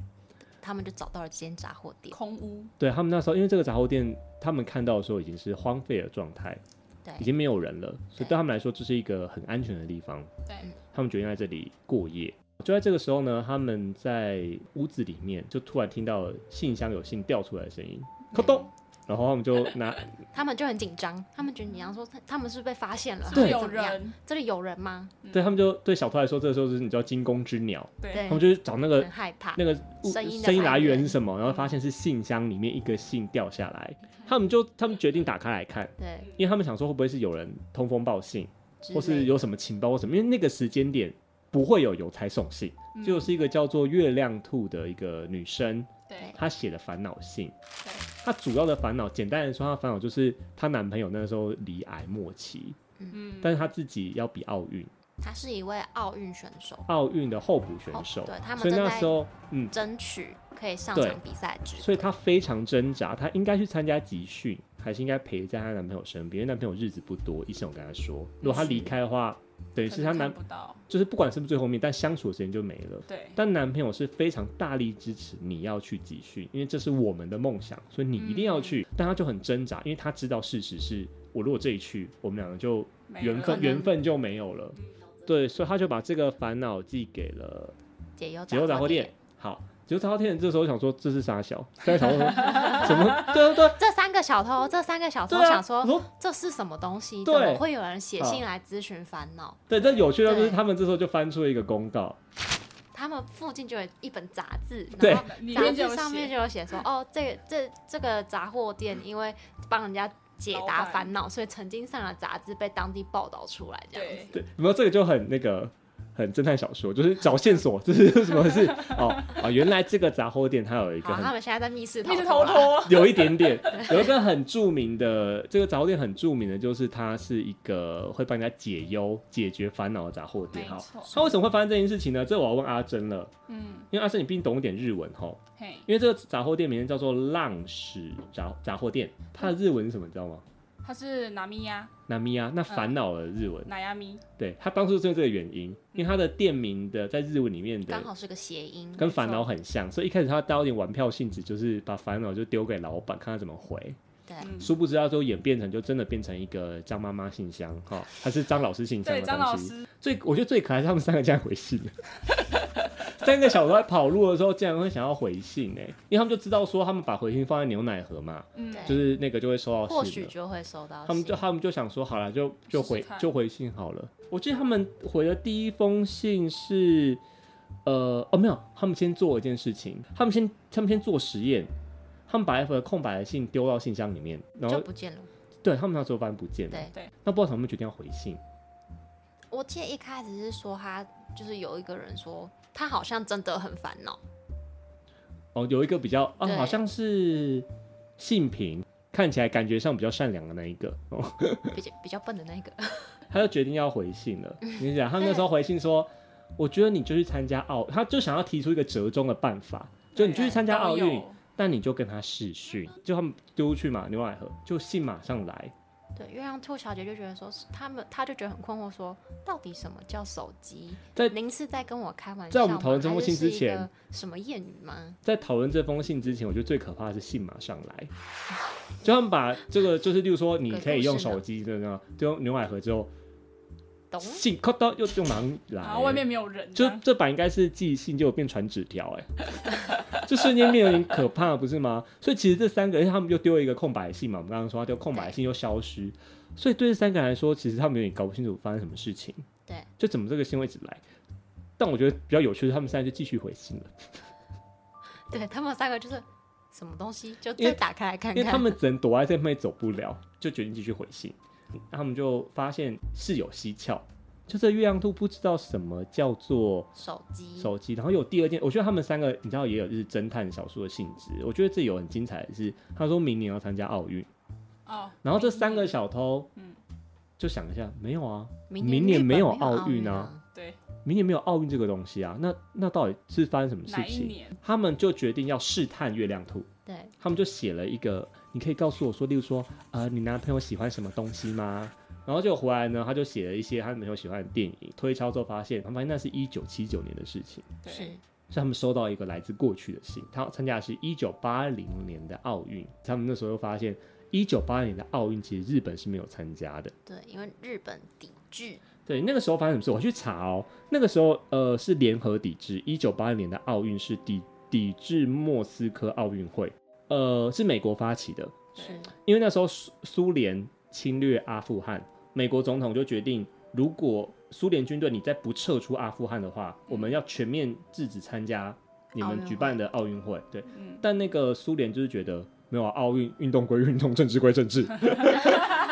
C: 他们就找到了这间杂货店，
D: 空屋，
B: 对他们那时候，因为这个杂货店，他们看到的时候已经是荒废的状态，
C: 对
B: 已经没有人了，所以
C: 对
B: 对他们来说这是一个很安全的地方。
D: 对，
B: 他们决定在这里过夜。就在这个时候呢，他们在屋子里面就突然听到信箱有信掉出来的声音，咔咚，然后他们就拿
C: 他们就很紧张，他们觉得你要说他他们是不是被发现了，还
D: 是不
C: 是
D: 是有
C: 怎么样，
D: 人，
C: 这里有人吗？
B: 对他们就对小偷来说，这个时候就是你知道惊弓之鸟，
D: 对
C: 对
B: 他们就去找那个
C: 很害怕，
B: 那个物
C: 声音的
B: 声音来
C: 来
B: 源
C: 源
B: 是什么，然后发现是信箱里面一个信掉下来，他们就他们决定打开来看，
C: 对，
B: 因为他们想说会不会是有人通风报信，
C: 之
B: 或是
C: 类
B: 有什么情报或什么，因为那个时间点不会有邮差送信，
D: 嗯
B: 就是一个叫做月亮兔的一个女生，
D: 对
B: 她写的烦恼信
D: 对。
B: 她主要的烦恼，简单来说，她烦恼就是她男朋友那时候离癌末期，
D: 嗯，
B: 但是她自己要比奥运，
C: 他是一位奥运选手，
B: 奥运的候补选手，
C: 哦对他们
B: 所以那
C: 正在
B: 时候，嗯，
C: 争取可以上
B: 对
C: 场比赛之，
B: 所以她非常挣扎，她应该去参加集训，还是应该陪在她男朋友身边？因为男朋友日子不多，医生有跟她说，如果她离开的话，等于
D: 可
B: 是她
D: 能
B: 男
D: 看不到，
B: 就是不管是不是最后面，但相处的时间就没了。
D: 对，
B: 但男朋友是非常大力支持你要去集训，因为这是我们的梦想，所以你一定要去。但他就很挣扎，因为他知道事实是我如果这一去，我们两个就
D: 没
B: 缘分
D: 了
C: 可能
B: 缘分就没有了。对，所以他就把这个烦恼寄给了
C: 解忧
B: 解忧杂
C: 货
B: 货店。，好，解忧杂货店这时候想说这是傻小，但是想说怎么对对
C: 这三个小偷，这三个小偷
B: 对啊，
C: 想说
B: 我说
C: 这是什么东西？怎
B: 对
C: 么会有人写信
B: 啊
C: 来咨询烦恼？
B: 对，这有趣的就是
C: 对
B: 他们这时候就翻出了一个公告，
C: 他们附近就有一本杂志，
B: 对
C: 然后
D: 里
C: 杂
D: 面就
C: 志
D: 有
C: 上面
D: 写，
C: 就有写说，哦，这这这个杂货店因为帮人家解答烦恼，所以曾经上了杂志，被当地报道出来这样子。
D: 对，
B: 对，然后这个就很那个，很侦探小说，就是找线索， [LAUGHS] 这是什么事？哦哦，原来这个杂货店它有一个
C: 好，他
B: 很
C: 们现在在密室啊
D: 一直
C: 偷
D: 逃
C: 啦，
D: 脱，
B: 有一点
C: [LAUGHS]
B: 点，有一个很著名的这个杂货店很著名的就是它是一个会帮人家解忧、解决烦恼的杂货店。
D: 没
B: 哈，
D: 错，
B: 那为什么会发生这件事情呢？这我要问阿珍了，
D: 嗯，
B: 因为阿珍你毕竟懂一点日文哈，
D: 嘿，
B: 因为这个杂货店名字叫做浪矢杂杂货店，它的日文是什么？你知道吗？
D: 他是拿米亚，
B: 那咪啊呀，那烦恼的日
C: 嗯
B: 文，
D: 拿亚米，
B: 对他当初就是这个原因，因为他的店名的在日文里面的
C: 刚好是个谐音。
B: 跟烦恼很像，所以一开始他带有点玩票性质，就是把烦恼就丢给老板，看他怎么回。
C: 对，
D: 嗯，
B: 殊不知他最后演变成就真的变成一个张妈妈信箱哈，他是张老师信箱
D: 对，
B: 的
D: 张老
B: 东西。
D: 师，
B: 最我觉得最可爱是他们三个竟然回信了。 [LAUGHS] 三个小偷在跑路的时候，竟然会想要回信哎、因为他们就知道说他们把回信放在牛奶盒嘛，
D: 嗯，
C: 对
B: 就是那个就会收到信了。
C: 或许就会收到信。
B: 他们就他们就想说，好了，就就回
D: 试试看
B: 就回信好了。我记得他们回的第一封信是，呃，哦，没有，他们先做一件事情，他们先他们先做实验，他们把一份空白的信丢到信箱里面，然
C: 就
B: 后
C: 不见了。
B: 对他们那时候发现不见了，
C: 对，
B: 那不知道他们决定要回信，
C: 我记得一开始是说他就是有一个人说他好像真的很烦恼，
B: 哦，有一个比较啊，
C: 对
B: 好像是信平，看起来感觉上比较善良的那一个，哦，
C: 比较比较笨的那个。 [LAUGHS]
B: 他就决定要回信
D: [LAUGHS]
B: 了。你想，他那时候回信说，我觉得你就去参加奥，他就想要提出一个折中的办法。就你去参加奥
D: 都
B: 运，
D: 有
B: 但你就跟他试训，就他们丢去嘛牛奶河，就信马上来。
C: 对，月亮兔小姐就觉得说，他们她就觉得很困惑说，到底什么叫手机？
B: 在
C: 您是在跟我开玩笑
B: 在
C: 吗？
B: 我们讨论这封
C: 还是
B: 信之
C: 是一
B: 前
C: 个什么谚语吗？
B: 在讨论这封信之前，我觉得最可怕的是信马上
D: [LAUGHS]
B: 来，就他们把这个就是，例如说你可以用手机的呢，就用牛奶盒之后，
C: 懂？
B: 信咔到又就马上来，
D: 然后外面没有
C: 啊
D: 人，
B: 就
D: 这样
B: 这版应该是寄信就变传纸条，哎， [LAUGHS] 就瞬间变有点可怕，不是吗？所以其实这三个，而且他们又丢了一个空白信嘛，我们刚刚说他丢空白信又消失，所以对这三个人来说，其实他们有点搞不清楚发生什么事情，
C: 对，
B: 就怎么这个信会一直来。但我觉得比较有趣的是，他们现在就继续回信了，
C: 对他们三个就是什么东西，就
B: 因为
C: 再打开来看
B: 因为
C: 看。
B: 他们只能躲在这边走不了，就决定继续回信。他们就发现事有蹊跷，就这月亮兔不知道什么叫做
C: 手机，
B: 手机，然后有第二件，我觉得他们三个你知道也有就是侦探小说的性质，我觉得这有很精彩的是，他说明年要参加奥运，
D: 哦，
B: 然后这三个小偷，
D: 嗯
B: 就想一下，没有啊，
C: 明
B: 明
C: 年
B: 年
C: 日本
B: 没
C: 没
B: 有奥
C: 奥
B: 运
C: 运
B: 啊
C: 啊，
D: 对，
B: 明年没有奥运这个东西啊，那那到底是发生什么事
D: 哪一
B: 情？
D: 年？
B: 他们就决定要试探月亮兔，
C: 对，
B: 他们就写了一个，你可以告诉我说，例如说，呃，你男朋友喜欢什么东西吗？然后就回来呢，他就写了一些他男朋友喜欢的电影，推敲之后发现，他们发现那是一九七九年的事情。
D: 对，
C: 是
B: 所以他们收到一个来自过去的信，他参加的是一九八零年的奥运，他们那时候又发现，一九八零年的奥运其实日本是没有参加的。
C: 对，因为日本抵制，
B: 对，那个时候发生什么事？我去查哦，那个时候呃是联合抵制，一九八零年的奥运是抵抵制莫斯科奥运会，呃是美国发起的，
C: 是
B: 因为那时候苏苏联侵略阿富汗，美国总统就决定，如果苏联军队你再不撤出阿富汗的话，我们要全面制止参加你
C: 奥运
B: 们
C: 会
B: 举办的奥运会。对，
D: 嗯，
B: 但那个苏联就是觉得没有啊，奥运运动归运动，政治归政治， [LAUGHS]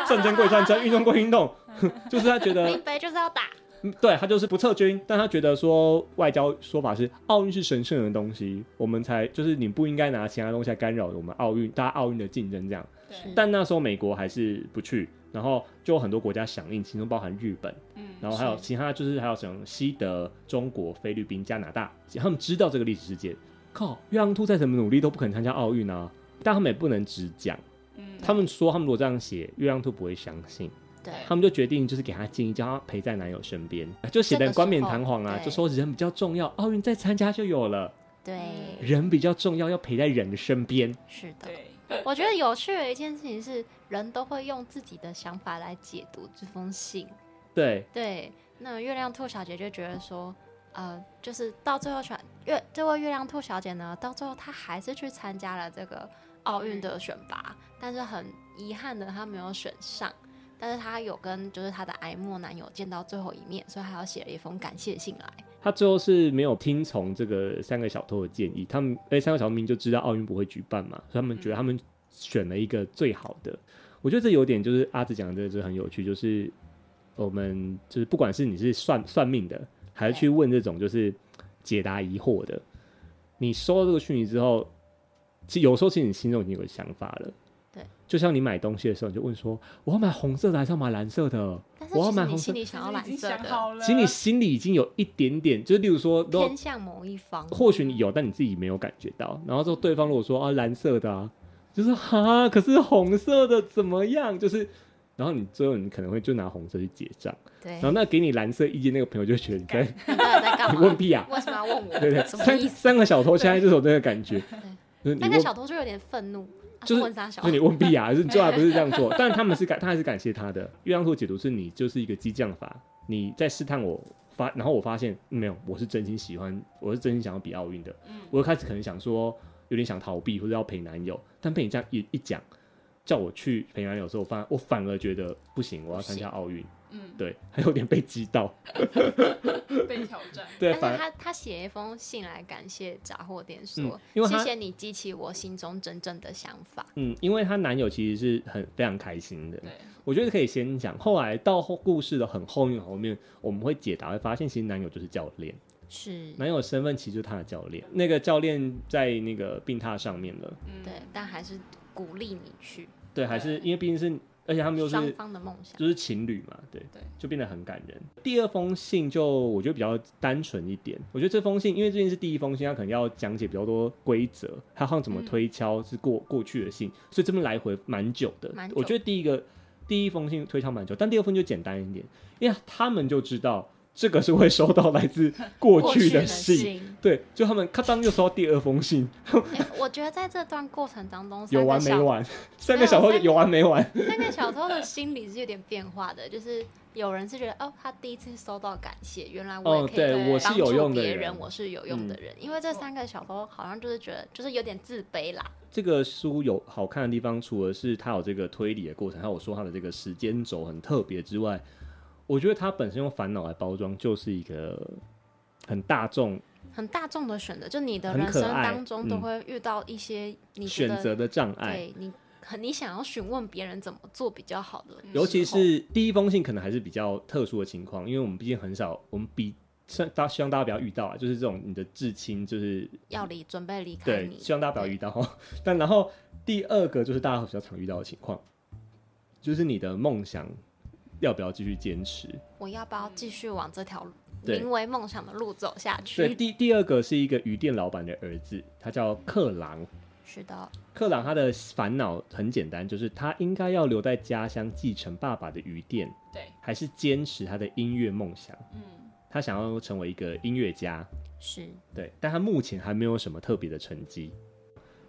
B: 战争归战争，运动归运动， [LAUGHS] 就是他觉得
C: 林北就是要打，
B: 嗯对他就是不撤军，但他觉得说外交说法是奥运是神圣的东西，我们才就是你不应该拿其他东西来干扰我们奥运大家奥运的竞争这样。
D: 对，
B: 但那时候美国还是不去，然后就有很多国家响应，其中包含日本，
D: 嗯，
B: 然后还有其他就是还有什么西德、中国、菲律宾、加拿大，他们知道这个历史事件。靠，月亮兔再怎么努力都不肯参加奥运啊！但他们也不能只讲，
D: 嗯，
B: 他们说他们如果这样写，月亮兔不会相信，
C: 对，
B: 他们就决定就是给他建议，叫他陪在男友身边，就写的冠冕堂皇啊，
C: 这
B: 就
C: 个时
B: 说人比较重要，奥运再参加就有了，
C: 对，
B: 人比较重要，要陪在人的身边。
C: 是的。
D: 对，
C: [LAUGHS] 我觉得有趣的一件事情是，人都会用自己的想法来解读这封信。
B: 对，
C: 对，那月亮兔小姐就觉得说，呃，就是到最后选月这位月亮兔小姐呢，到最后她还是去参加了这个奥运的选拔，但是很遗憾的她没有选上。但是她有跟就是她的癌末男友见到最后一面，所以她要写了一封感谢信来。
B: 他最后是没有听从这个三个小偷的建议，他们哎、三个小偷明明就知道奥运不会举办嘛，所以他们觉得他们选了一个最好的。我觉得这有点就是阿紫讲的，这个就是很有趣，就是我们就是不管是你是算算命的，还是去问这种就是解答疑惑的，你收到这个讯息之后，其实有时候其实你心中已经有个想法了。
C: 对，
B: 就像你买东西的时候，你就问说：“我要买红色的还是要买蓝色的？
C: 但是
B: 我要
C: 其实
B: 买
C: 你
B: 红色
C: 心
B: 的。
C: 里想要
D: 其实
C: 蓝
D: 已经
C: 色
D: 想
C: 的，
D: 好”了，
B: 其实你心里已经有一点点，就是例如说，如果
C: 嗯偏向某一方。
B: 或许你有，但你自己没有感觉到。然后之后对方如果说啊蓝色的啊，就是哈，可是红色的怎么样？就是，然后你最后你可能会就拿红色去结账，
C: 对
B: 然后，那给你蓝色意见那个朋友就觉得你在
C: 你到底在干
B: 你
C: 嘛？
B: [LAUGHS] 问屁啊，
C: 为什么要问我？
B: 对不对？
C: [LAUGHS] 什么
B: 三
C: 意思？
B: 三个小偷现在就是有这个感觉，就是你
C: 那
B: 问
C: 个小偷就有点愤怒，他
B: 就是
C: 说问啥小
B: 就
C: 偷？
B: 你问屁啊，就是你最好不是这样做。 [LAUGHS] 但他们是感，他还是感谢他的。月亮兔解读是你就是一个激将法，你在试探我发，然后我发现嗯没有，我是真心喜欢，我是真心想要比奥运的。
D: 嗯
B: 我一开始可能想说有点想逃避或者要陪男友，但被你这样一一讲，叫我去陪男友的时候，我反我反而觉得不行，我要参加奥运，
D: 嗯，
B: 对，还有点被激到，
D: 被挑
B: [LAUGHS]
D: 战，
B: 对，
C: 但
B: 反
C: [LAUGHS]
B: 而
C: 是他他写一封信来感谢杂货店
B: 嗯
C: 说，，
B: 因为
C: 谢
B: 他
C: 谢你激起我心中真正的想法。
B: 嗯，因为她男友其实是很非常开心的，
D: 对，
B: 我觉得可以先讲，后来到后故事的很后面后面，我们会解答，会发现其实男友就是教练，
C: 是，
B: 男友身份其实就是他的教练。那个教练在那个病榻上面了，
D: 嗯，
C: 对，但还是鼓励你去。
B: 对，还是因为毕竟是而且他们又
C: 双
B: 是
C: 方的梦想。
B: 就是情侣嘛，对
D: 对
B: 就变得很感人。第二封信就我觉得比较单纯一点，我觉得这封信因为最近是第一封信，他可能要讲解比较多规则，还有他怎么推敲是过、过去的信，所以这边来回蛮久的。
C: 嗯蛮久
B: 我觉得第一个第一封信推敲蛮久，但第二封就简单一点，因为他们就知道这个是会收到来自过去的信。
C: [LAUGHS] 信，
B: 对，就他们咔当又收到第二封信，
C: 哎我觉得在这段过程当中，
B: 有完没
C: 三个小 [LAUGHS]
B: 完？三个小偷
C: 没有三个
B: 有完没完？
C: 三个小偷的心理是有点变化的，就是有人是觉得哦，他第一次收到感谢，原来我也
B: 哦，
C: 可以
D: 对
B: 对，我是
C: 帮
B: 有
C: 助
B: 用的
C: 别
B: 人，嗯
C: 人，我是有用的人。因为这三个小偷好像就是觉得，就是有点自卑啦。
B: 这个书有好看的地方，除了是它有这个推理的过程，还有我说它的这个时间轴很特别之外，我觉得它本身用烦恼来包装，就是一个很大众
C: 很大众的选择，就你的
B: 很
C: 人
B: 可
C: 生
B: 爱
C: 当中都
B: 嗯
C: 会遇到一些你觉
B: 选
C: 得
B: 择的障碍。
C: 对你很你想要询问别人怎么做比较好的时候，
B: 尤其是第一封信，可能还是比较特殊的情况，因为我们毕竟很少，我们比希大希望大家不要遇到啊，就是这种你的至亲，就是
C: 要离准备离开
B: 对，
C: 你
B: 希，望大家不要遇到。 [LAUGHS] 但然后第二个就是大家比较常遇到的情况，就是你的梦想要不要继续坚持？
C: 我要不要继续往这条
B: 对
C: 名为梦想的路走下
B: 对，
C: 去？
B: 第第二个是一个鱼店老板的儿子，他叫克朗。
C: 是的，
B: 克朗他的烦恼很简单，就是他应该要留在家乡继承爸爸的鱼店，
D: 对，
B: 还是坚持他的音乐梦想？
D: 嗯，
B: 他想要成为一个音乐家，
C: 是，
B: 对，但他目前还没有什么特别的成绩。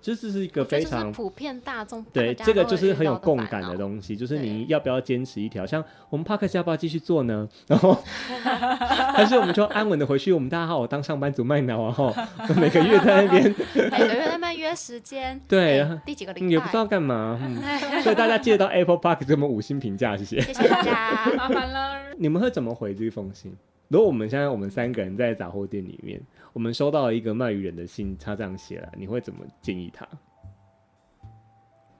B: 这这是一个
C: 我觉
B: 非
C: 得这是
B: 常
C: 普遍大众
B: 对，
C: 大家
B: 这个
C: 都
B: 就
C: 会
B: 是
C: 遇
B: 很有
C: 到
B: 共
C: 烦
B: 感的
C: 恼
B: 东西，就是你
C: 对
B: 要不要坚持一条？像我们 podcast 要不要继续做呢？然
C: [LAUGHS]
B: 后，还是我们就安稳的回去？我们大家好，我当上班族卖脑啊，吼，每个月在那边，
C: [LAUGHS] 每个哎月在那边约时间，
B: [LAUGHS] 对
C: 哎
B: 然后
C: 第几个礼
B: 嗯
C: 拜，
B: 也不知道干嘛。
C: [LAUGHS]
B: 嗯所以大家记得到 Apple Park 给我们五星评价，谢谢。
C: 谢谢大
B: [LAUGHS]
C: 家。
D: 麻烦了，
B: 你们会怎么回这封信？如果我们现在我们三个人在杂货店里面，我们收到一个卖鱼人的信，他这样写了，你会怎么建议他？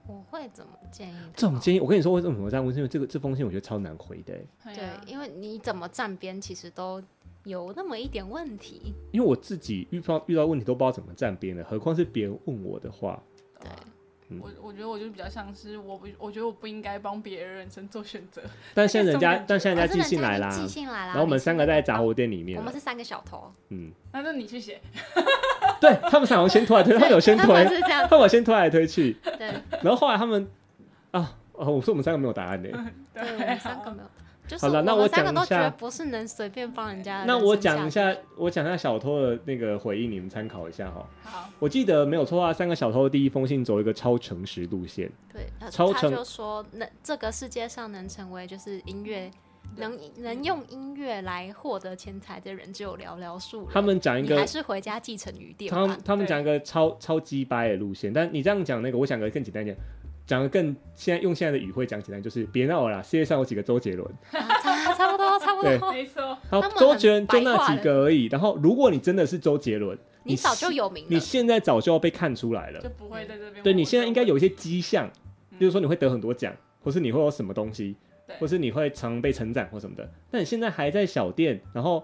C: 我会怎么建议？
B: 这种。建议，我跟你说为什么我这样问？是因为这个这封信我觉得超难回的、欸
D: 对
C: 对
D: 啊，
C: 因为你怎么站边，其实都有那么一点问题。
B: 因为我自己遇到遇到问题都不知道怎么站边了，何况是别人问我的话。
C: 对，
B: 嗯
D: 我我觉得我就比较像是我不，我觉得我不应该帮别人人生做选择，
B: 但现在人
D: 这
B: 家
D: 种，
B: 但现在
C: 可
B: 人家
C: 是
B: 寄信
C: 人家
B: 来
C: 已
B: 啦，
C: 经寄信来啦。
B: 然后我们
C: 你是啊
B: 三个在杂货店里面
C: 我们
B: 了，
C: 是三个小偷，
B: 嗯，
D: 那是你去写，
B: 对他们想要先推来推，他们有先
C: 他 [LAUGHS] 们
B: 推，
C: 是这样
B: 他，们有先推来推去，
C: 对
B: [LAUGHS] 然后后来他们啊，哦，我说我们三个没有答
C: [LAUGHS]
B: 案呢、
C: 对，我
B: [LAUGHS]
C: 们三个没有。就是
B: 好了那
C: 我
B: 我
C: 们三个
B: 讲
C: 都
B: 一
C: 觉
B: 下
C: 得不是能随便帮人家的人
B: 那
C: 生。
B: 我讲一下，我讲一下小偷的那个回应，你们参考一下哈。
D: [LAUGHS] 好，
B: 我记得没有错啊，三个小偷的第一封信走一个超诚实路线，
C: 对，他
B: 超
C: 他
B: 成
C: 就说，能这个世界上能成为就是音乐，能能用音乐来获得钱财的人只有寥寥数人。
B: 他们讲一
C: 你还
B: 个，
C: 是回家继承余店
B: 他
C: 吧
B: 们。他们
D: 对
B: 讲一个超超鸡掰的路线，但你这样讲那个，我想个更简单一点。讲的更现在用现在的语汇讲简单，就是别闹了啦，世界上有几个周杰伦，
C: 啊差差不多，差不
B: 对
C: 多。
D: 没错，
B: 好
C: 他们，很
B: 周杰伦就
C: 白
B: 那
C: 话
B: 几个而已。然后如果你真的是周杰伦，
C: 你早就有名
B: 你
C: 了，
B: 现在早就要被看出来了
D: 就，不会在这边。
B: 对你现在应该有一些迹象，
D: 嗯，
B: 比如说你会得很多奖，或是你会有什么东西
D: 对，
B: 或是你会常被称赞或什么的。但你现在还在小店，然后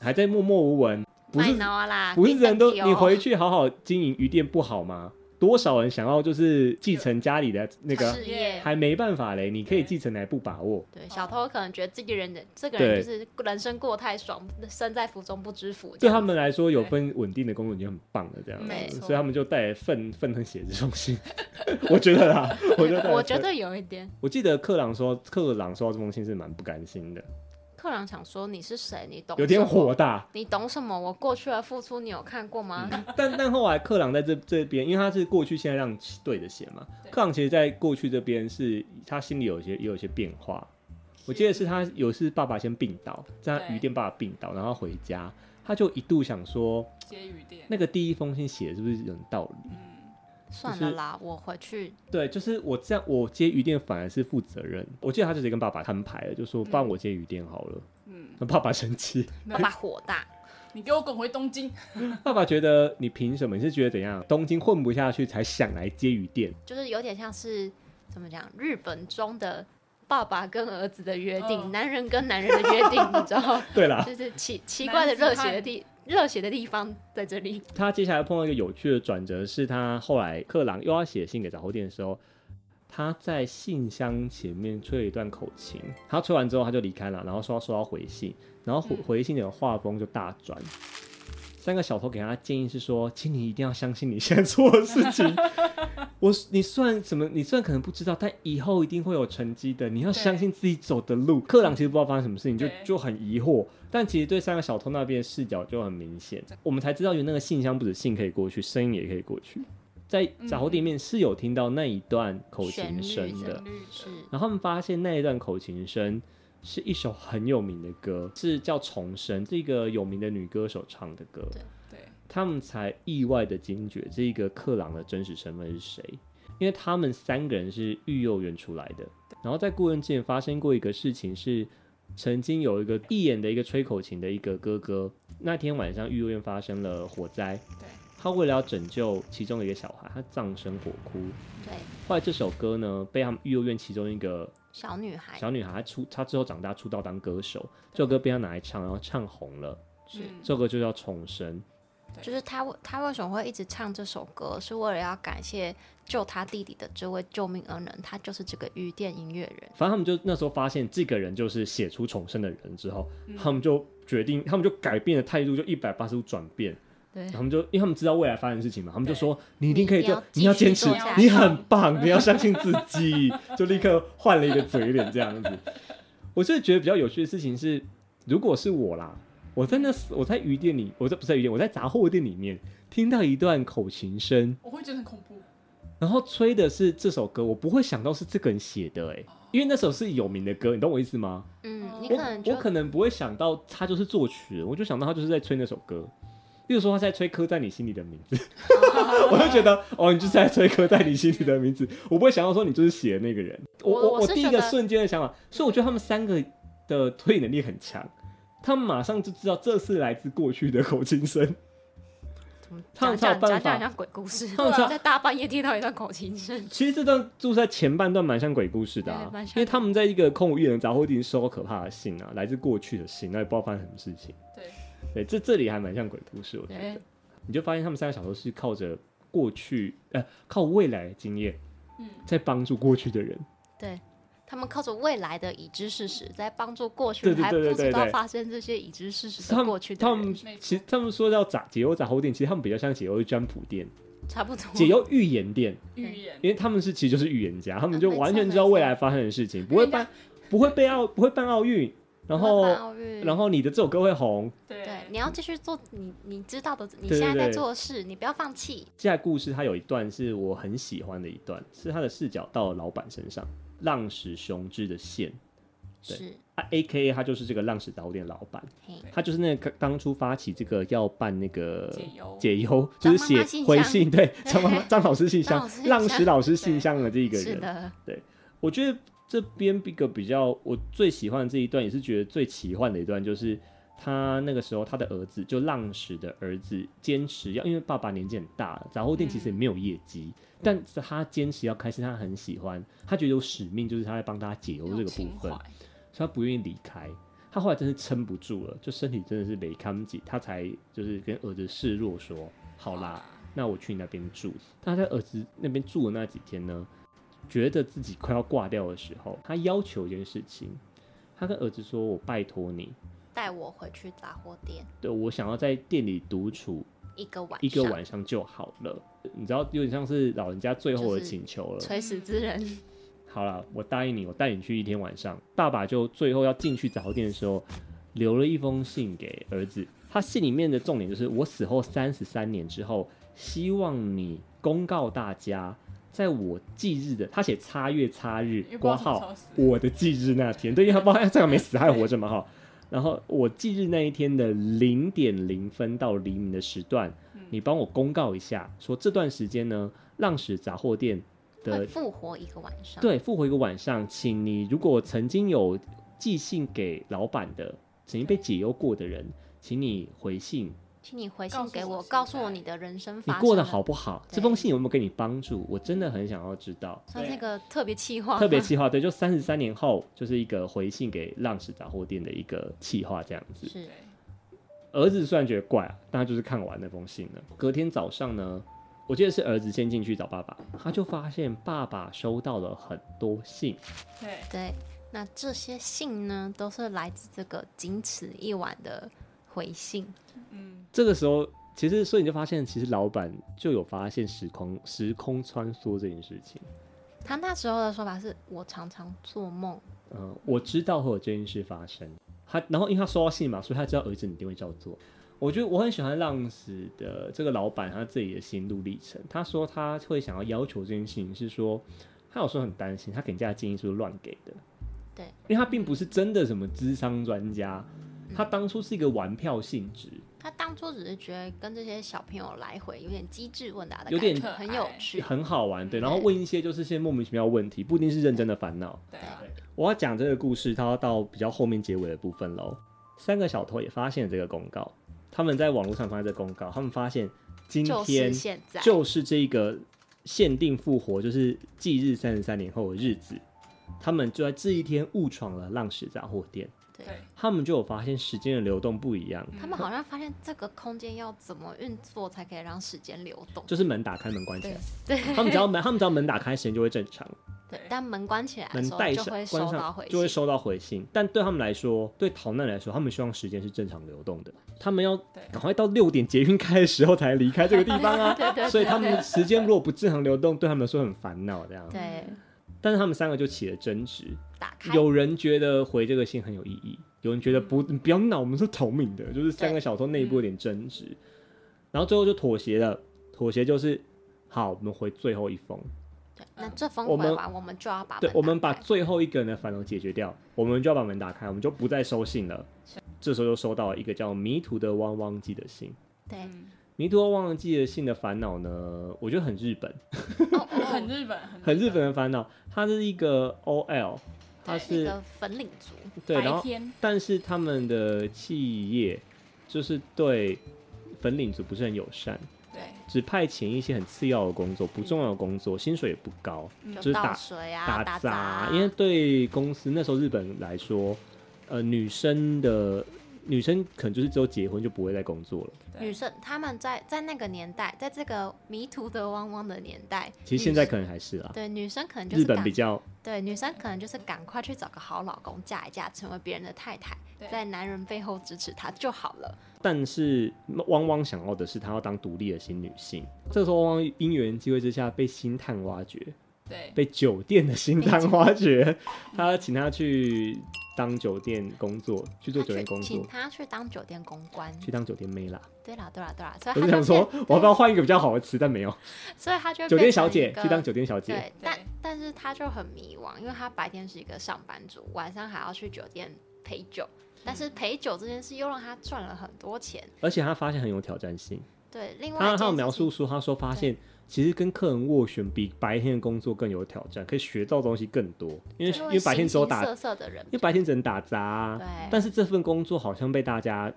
B: 还在默默无闻，不
C: 卖
B: 是
C: 脑啊啦，
B: 不是人都
C: 订单
B: 你
C: 哦
B: 回去好好经营鱼店不好吗？多少人想要就是继承家里的那个，
C: 事业。
B: 还没办法嘞，你可以继承来不把握。
C: 对，小偷可能觉得自己人的这个人
B: 对
C: 就是人生过太爽，身在福中不知福。
B: 对他们来说，有份稳定的工作已经很棒了，这样
D: 没
B: 子，
D: 错
B: 所以他们就带来愤愤恨写这封信。 [LAUGHS] 我觉得啦，我觉得带来
C: 我觉
B: 愤，
C: 得有一点。
B: 我记得克朗说，克朗收到这封信是蛮不甘心的，
C: 克朗想说你是谁？你懂？
B: 有点火。大。
C: 你懂什么？我过去的付出你有看过吗？
B: 但但后来克朗在这这边，因为他是过去现在让对着写嘛，
D: 对
B: 克朗其实在过去这边是他心里有一些也有一些变化。我记得是他有一次爸爸先病倒，在他
D: 对
B: 鱼店爸爸病倒，然后他回家，他就一度想说，
D: 接雨店，
B: 那个第一封信写的是不是有道理？
D: 嗯，
C: 算了啦，我回去。
B: 对，就是我这样，我接鱼店反而是负责任。我记得他直接跟爸爸摊牌了，就说不然我接鱼店好了。
D: 嗯，
B: 那爸爸生气，
C: 爸爸火大，
D: 你给我滚回东京，
B: 爸爸觉得你凭什么？你是觉得怎样？东京混不下去才想来接鱼店？
C: 就是有点像是怎么讲？日本中的爸爸跟儿子的约定，
D: 嗯
C: 男人跟男人的约定，你知道吗？
B: 对啦，
C: 就是奇奇怪的热血的地热血的地方在这里。
B: 他接下来碰到一个有趣的转折，是他后来克朗又要写信给杂货店的时候，他在信箱前面吹了一段口琴，他吹完之后他就离开了，然后说要收到回信，然后回
D: 嗯
B: 回信的画风就大转。三个小偷给他建议是说，请你一定要相信你现在做的事
D: [LAUGHS]
B: 情。我你算什么？你虽然可能不知道，但以后一定会有成绩的。你要
D: 对
B: 相信自己走的路。克朗其实不知道发生什么事情，就
D: 对
B: 就很疑惑。但其实对三个小偷那边的视角就很明显，我们才知道有那个信箱不止信可以过去，声音也可以过去。在杂货店面是有听到那一段口琴声
C: 旋律
B: 的
C: 的
D: 旋，律
C: 是
B: 然后他们发现那一段口琴声是一首很有名的歌，是叫《重生》，是一个有名的女歌手唱的歌。
C: 对
D: 对，
B: 他们才意外的惊觉这个克朗的真实身份是谁，因为他们三个人是育幼院出来的。然后在顾问之前发生过一个事情是。曾经有一个义演的一个吹口琴的一个哥哥，那天晚上育幼院发生了火灾，
D: 对
B: 他为了要拯救其中的一个小孩，他葬身火窟。
C: 对
B: 后来这首歌呢，被他们育幼院其中一个
C: 小女孩
B: 小女孩她出，她之后长大出道当歌手，这首歌被她拿来唱，然后唱红了。
C: 是
D: 嗯
B: 这首歌就叫《重生》，
C: 就是他为他为什么会一直唱这首歌，是为了要感谢救他弟弟的这位救命恩人，他就是这个鱼店音乐人。
B: 反正他们就那时候发现这个人就是写出重生的人之后，
D: 嗯
B: 他们就决定，他们就改变了态度，就一百八十度转变。
C: 对
B: 然后他们就因为他们知道未来发生的事情嘛，他们就
D: 对
B: 说你一定可以做，你
C: 你一定要
B: 要
C: 继续
B: 坚持
C: 做下，去
B: 你很棒，你要相信自己，就立刻换了一个嘴脸这样子。 [LAUGHS] 我是觉得比较有趣的事情是，如果是我啦，我在那我在鱼店里，我在不是在鱼店，我在杂货店里面听到一段口琴声，
D: 我会觉得很恐怖。
B: 然后吹的是这首歌，我不会想到是这个人写的哎、欸因为那首是有名的歌，你懂我意思吗？
C: 嗯，你
B: 我
C: 可能
B: 我
C: 就
B: 可能不会想到他就是作曲人，我就想到他就是在吹那首歌。例如说他在吹《刻在你心里的名字》，
C: [LAUGHS]
B: [LAUGHS] 我就觉得哦，你就是在吹《刻在你心里的名字》，我不会想到说你就是写的那个人。我
C: 我
B: 我
C: 我是
B: 第一
C: 觉
B: 个
C: 得
B: 瞬间的想法，所以我觉得他们三个的推理能力很强，他们马上就知道这是来自过去的口琴声。
C: 怎么
B: 他
C: 讲
B: 们才有
C: 讲
B: 办
C: 讲
B: 法
C: 讲像鬼
B: [LAUGHS]
C: 故事，
B: 他们才
C: 在大半夜听到一段口琴声，
B: 其实这段住在前半段蛮像鬼故事的、啊
C: 对，蛮像
B: 因为他们在一个空无一人的杂货店收到可怕的信啊，来自过去的信，那也不知道发生什么事情。
D: 对，
B: 对，这这里还蛮像鬼故事，我觉
C: 对
B: 得。你就发现他们三个小偷是靠着过去，呃，靠未来的经验
D: 嗯，
B: 在帮助过去的人。
C: 对。他们靠着未来的已知事实，在帮助过去
B: 对
C: 人
B: 对
C: 还
B: 对对
C: 不知道
B: 对对
C: 发生这些已知事实
B: 他
C: 的
B: 们
C: 过去的
B: 他
C: 人，
B: 们
D: 没错
B: 其实他们说叫杂解忧杂货店，其实他们比较像解忧占卜
C: [LAUGHS]
B: 店、
C: 差不多。
B: 解忧预言店，
D: 预言
B: 因为他们是其实就是预言家，他们
C: 嗯
B: 就
C: 没错
B: 完全知道未来发生的事情，不会办，不会被奥，不会办奥运，然
C: 不会
B: 后
C: 办奥运
B: 然后你的这首歌会红。
D: 对
C: 对，你要继续做你你知道的，你
B: 对对
C: 现在在
B: 对
C: 做的事，你不要放弃。
B: 接下来故事它有一段是我很喜欢的一段，是他的视角到了老板身上，浪矢雄之的线，对
C: 是，
B: 啊，A K A 他就是这个浪矢早点老板，
C: 嘿，
B: 他就是那个当初发起这个要办那个
D: 解忧
B: 解忧，就是
C: 张妈妈信
B: 写回
C: 箱
B: 信，对，张妈妈张老师信箱
C: 张老师，信
B: 浪矢
C: 箱
B: 老师信箱的这一个
C: 是
B: 人，
C: 的，
B: 我觉得这边一个比较我最喜欢的这一段，也是觉得最奇幻的一段，就是他那个时候他的儿子就浪矢的儿子坚持要，因为爸爸年纪很大了，杂货店其实也没有业绩，但是他坚持要开，是他很喜欢，他觉得有使命，就是他在帮大家解忧这
D: 有
B: 个部
D: 情怀
B: 分，所以他不愿意离开。他后来真是撑不住了，就身体真的是没扛起，他才就是跟儿子示弱说：“好啦，，那我去你那边住。他在儿子那边住的那几天呢，觉得自己快要挂掉的时候，他要求一件事情，他跟儿子说：“我拜托你，
C: 带我回去杂货店
B: 对我想要在店里独处
C: 一个晚上，
B: 一个晚上就好了。”你知道，有点像是老人家最后的
C: 就是
B: 请求了。
C: 垂死之
B: 嗯
C: 人，
B: 好了，我答应你，我带你去一天晚上。爸爸就最后要进去杂货店的时候，留了一封信给儿子。他信里面的重点就是：我死后三十三年之后，希望你公告大家，在我忌日的，他写擦月擦日
D: 因为不知
B: 挂
D: 道什么时
B: 号
D: 候死，
B: 我的忌日那天，对，因为他不知道这个没死，他还活着嘛哈。然后我忌日那一天的零点零分到黎明的时段，
D: 嗯
B: 你帮我公告一下，说这段时间呢，浪矢杂货店的
C: 会复活一个晚上。，
B: 对，复活一个晚上，请你如果曾经有寄信给老板的，曾经被解忧过的人，请你回信，
C: 请你回
D: 告
C: 信
D: 诉
C: 给
D: 我
C: 我，
D: 现
C: 告诉
D: 在
C: 我你的人生
B: 你
C: 发
B: 过得
C: 生了
B: 好，不好？这
C: 对
B: 封信有没有给你帮助？我真的很想要知道。
C: 算
D: 对
C: 那个特别气话吗，
B: 特别企划，对，就三十三年后，就是一个回信给浪矢杂货店的一个企划这样子。
C: 是
D: 对，
B: 儿子虽然觉得怪啊，但他就是看完那封信了。隔天早上呢，我记得是儿子先进去找爸爸，他就发现爸爸收到了很多信，
D: 对，
C: 对，那这些信呢，都是来自这个仅此一晚的回信。
D: 嗯，
B: 这个时候，其实所以你就发现，其实老板就有发现时空时空穿梭这件事情。
C: 他那时候的说法是我常常做梦，
B: 嗯，我知道会有这件事发生。他然后因为他收到信嘛，所以他知道儿子你一定会照做。我觉得我很喜欢浪子的这个老板他自己的心路历程。他说他会想要要求这件事情，是说他有时候很担心他给人家的建议是不是乱给的。
C: 对，
B: 因为他并不是真的什么智商专家，他当初是一个玩票性质。
C: 他当初只是觉得跟这些小朋友来回有点机智问答的
B: 有
C: 感
B: 点
C: 觉，很有趣。
B: 很好玩，对。
C: 嗯
B: 然后
C: 对
B: 问一些就是些莫名其妙的问题，不一定是认真的烦恼。
D: 对啊，
B: 我要讲这个故事，它要到比较后面结尾的部分喽。三个小偷也发现了这个公告，他们在网络上发现这个公告，他们发现今
C: 就
B: 天
C: 是现在，
B: 就是这个限定复活，就是忌日三十三年后的日子，他们就在这一天误闯了浪矢杂货店，
C: 对
D: 对
B: 他们就有发现时间的流动不一样，
D: 嗯
C: 他们好像发现这个空间要怎么运作才可以让时间流动。
B: 就是门打开门关起来，
C: 对
B: 他们只要门他们只要门打开，时间就会正常。
C: 对
D: 对，
C: 但门关起来的
B: 门
C: 时候
B: 带
C: 就
B: 上
C: 会
B: 关
C: 收
B: 上
C: 到回
B: 就会
C: 信。。
B: 收到回信。但对他们来说，对逃难来说，他们希望时间是正常流动的。他们要赶快到六点捷运开的时候才离开这个地方啊
C: [LAUGHS] 对对
B: 所以
C: 对
B: 他们时间如果不正常流动，对他们来说很烦恼这样。
C: 对，
D: 嗯
B: 但是他们三个就起了争执，
C: 打开
B: 有人觉得回这个信很有意义，有人觉得不，
C: 嗯
B: 你不要闹，我们是同名的，就是三个小偷内部有点争执，然后最后就妥协了。妥协就是好，我们回最后一封。
C: 对，那这封
B: 我
C: 回
B: 们
C: 完，我们就要把
B: 对，
C: 门
B: 我
C: 打
B: 们把
C: 开
B: 最后一个人的烦恼解决掉，我们就要把门打开，我们就不再收信了。这时候又收到了一个叫迷途的汪汪记的信。
C: 对
D: 嗯，
B: 迷途的汪汪记的信的烦恼呢，我觉得很日本，
D: [LAUGHS]
C: 哦哦
D: 嗯很日本，
B: 很日本的烦恼。他是一个 OL，他
C: 一
B: 是
C: 个粉领族，
B: 对，然
D: 白
B: 后
D: 天，
B: 但是他们的企业就是对粉领族不是很友善，
D: 对，
B: 只派遣一些很次要的工作、不重要的工作，薪水也不高。
D: 嗯
B: 就是打
C: 倒水啊、
B: 打
C: 杂
B: 杂
C: 啊，，
B: 因为对公司那时候日本来说，呃，女生的女生可能就是只有结婚就不会再工作了。
D: 对
C: 女生他们在在那个年代，在这个迷途的汪汪的年代，
B: 其实现在可能还是啦，
C: 嗯对女生可能就
B: 日
C: 是
B: 本
C: 赶
B: 比较
C: 对女生可能就是赶快去找个好老公嫁一嫁，成为别人的太太，
D: 对
C: 在男人背后支持他就好了。
B: 但是汪汪想要的是，她要当独立的新女性。这时候，汪汪因缘机会之下被星探挖掘，
D: 对
B: 被酒店的星探挖掘，他请她去当酒店工作，去做
C: 他
B: 酒店
C: 去
B: 工
C: 请
B: 作，
C: 他去当酒店公关。
B: 去当酒店妹啦。
C: 对啦，对啦，对啦，所以
B: 我
C: 他
B: 是
C: 就
B: 想说
C: 变，
B: 我要不要换一个比较好的词？但没有，
C: 所以他就
B: 酒店小
C: 变
B: 姐
C: 成一
B: 去
C: 个
B: 当酒店小姐，
C: 对，但
D: 对
C: 但是他就很迷惘，因为他白天是一个上班族，晚上还要去酒店陪酒，但是陪酒这件事又让他赚了很多钱。
B: 而且她发现很有挑战性。
C: 对，另外一
B: 他
C: 件
B: 他有
C: 事
B: 描
C: 情
B: 述说，他说发现其实跟客人斡旋比白天的工作更有挑战，可以学到东西更多，因为
C: 就是
B: 因为白天只有
C: 形形
B: 打，因
C: 色色的人，
B: 为白天只能打杂啊、
C: 对
B: 但是这份工作好像被大家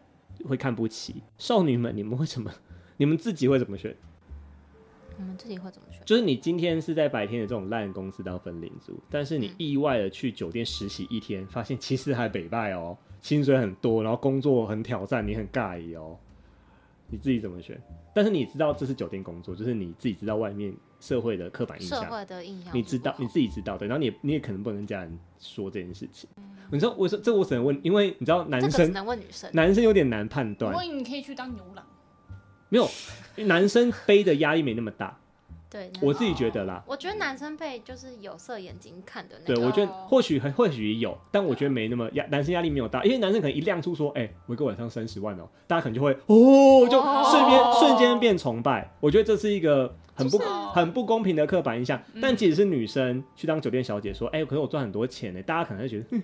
B: 会看不起，少女们，你们为什么？你们自己会怎么选？
C: 我们自己会怎么选？
B: 就是你今天是在白天的这种烂公司当分领族，但是你
C: 嗯
B: 意外的去酒店实习一天，发现其实还北拜哦，薪水很多，然后工作很挑战，你很尬意哦，你自己怎么选？但是你知道这是酒店工作，就是你自己知道外面社会的刻板印
C: 社
B: 象，
C: 会的印象是不好，
B: 你知道你自己知道对，然后你也你也可能不能跟家人说这件事情。你知道我说这我只能问，因为你知道男
C: 嗯这个只
B: 生、
C: 能问女生。
B: 男生有点难判
D: 不
B: 断
D: 过，你可以去当牛
C: [LAUGHS]
D: 郎，
B: 没有男生背的压力没那么
C: [LAUGHS]
B: 大，
C: 对，男
B: 我自己觉得啦。
C: 我觉得男生被就是有色眼镜看的那
B: 对，
C: 个，
B: 我觉得
D: 哦
B: 或许或许有，但我觉得没那么压，男生压力没有大，因为男生可能一亮出说，哎、我一个晚上三十万哦，大家可能就会哦，就
C: 哦
B: 瞬间、瞬间变崇拜。我觉得这是一个很不、
D: 就是
B: 很不公平的刻板印象。
D: 嗯
B: 但即使是女生去当酒店小姐，说，哎、可是我赚很多钱呢，大家可能会觉得，哼，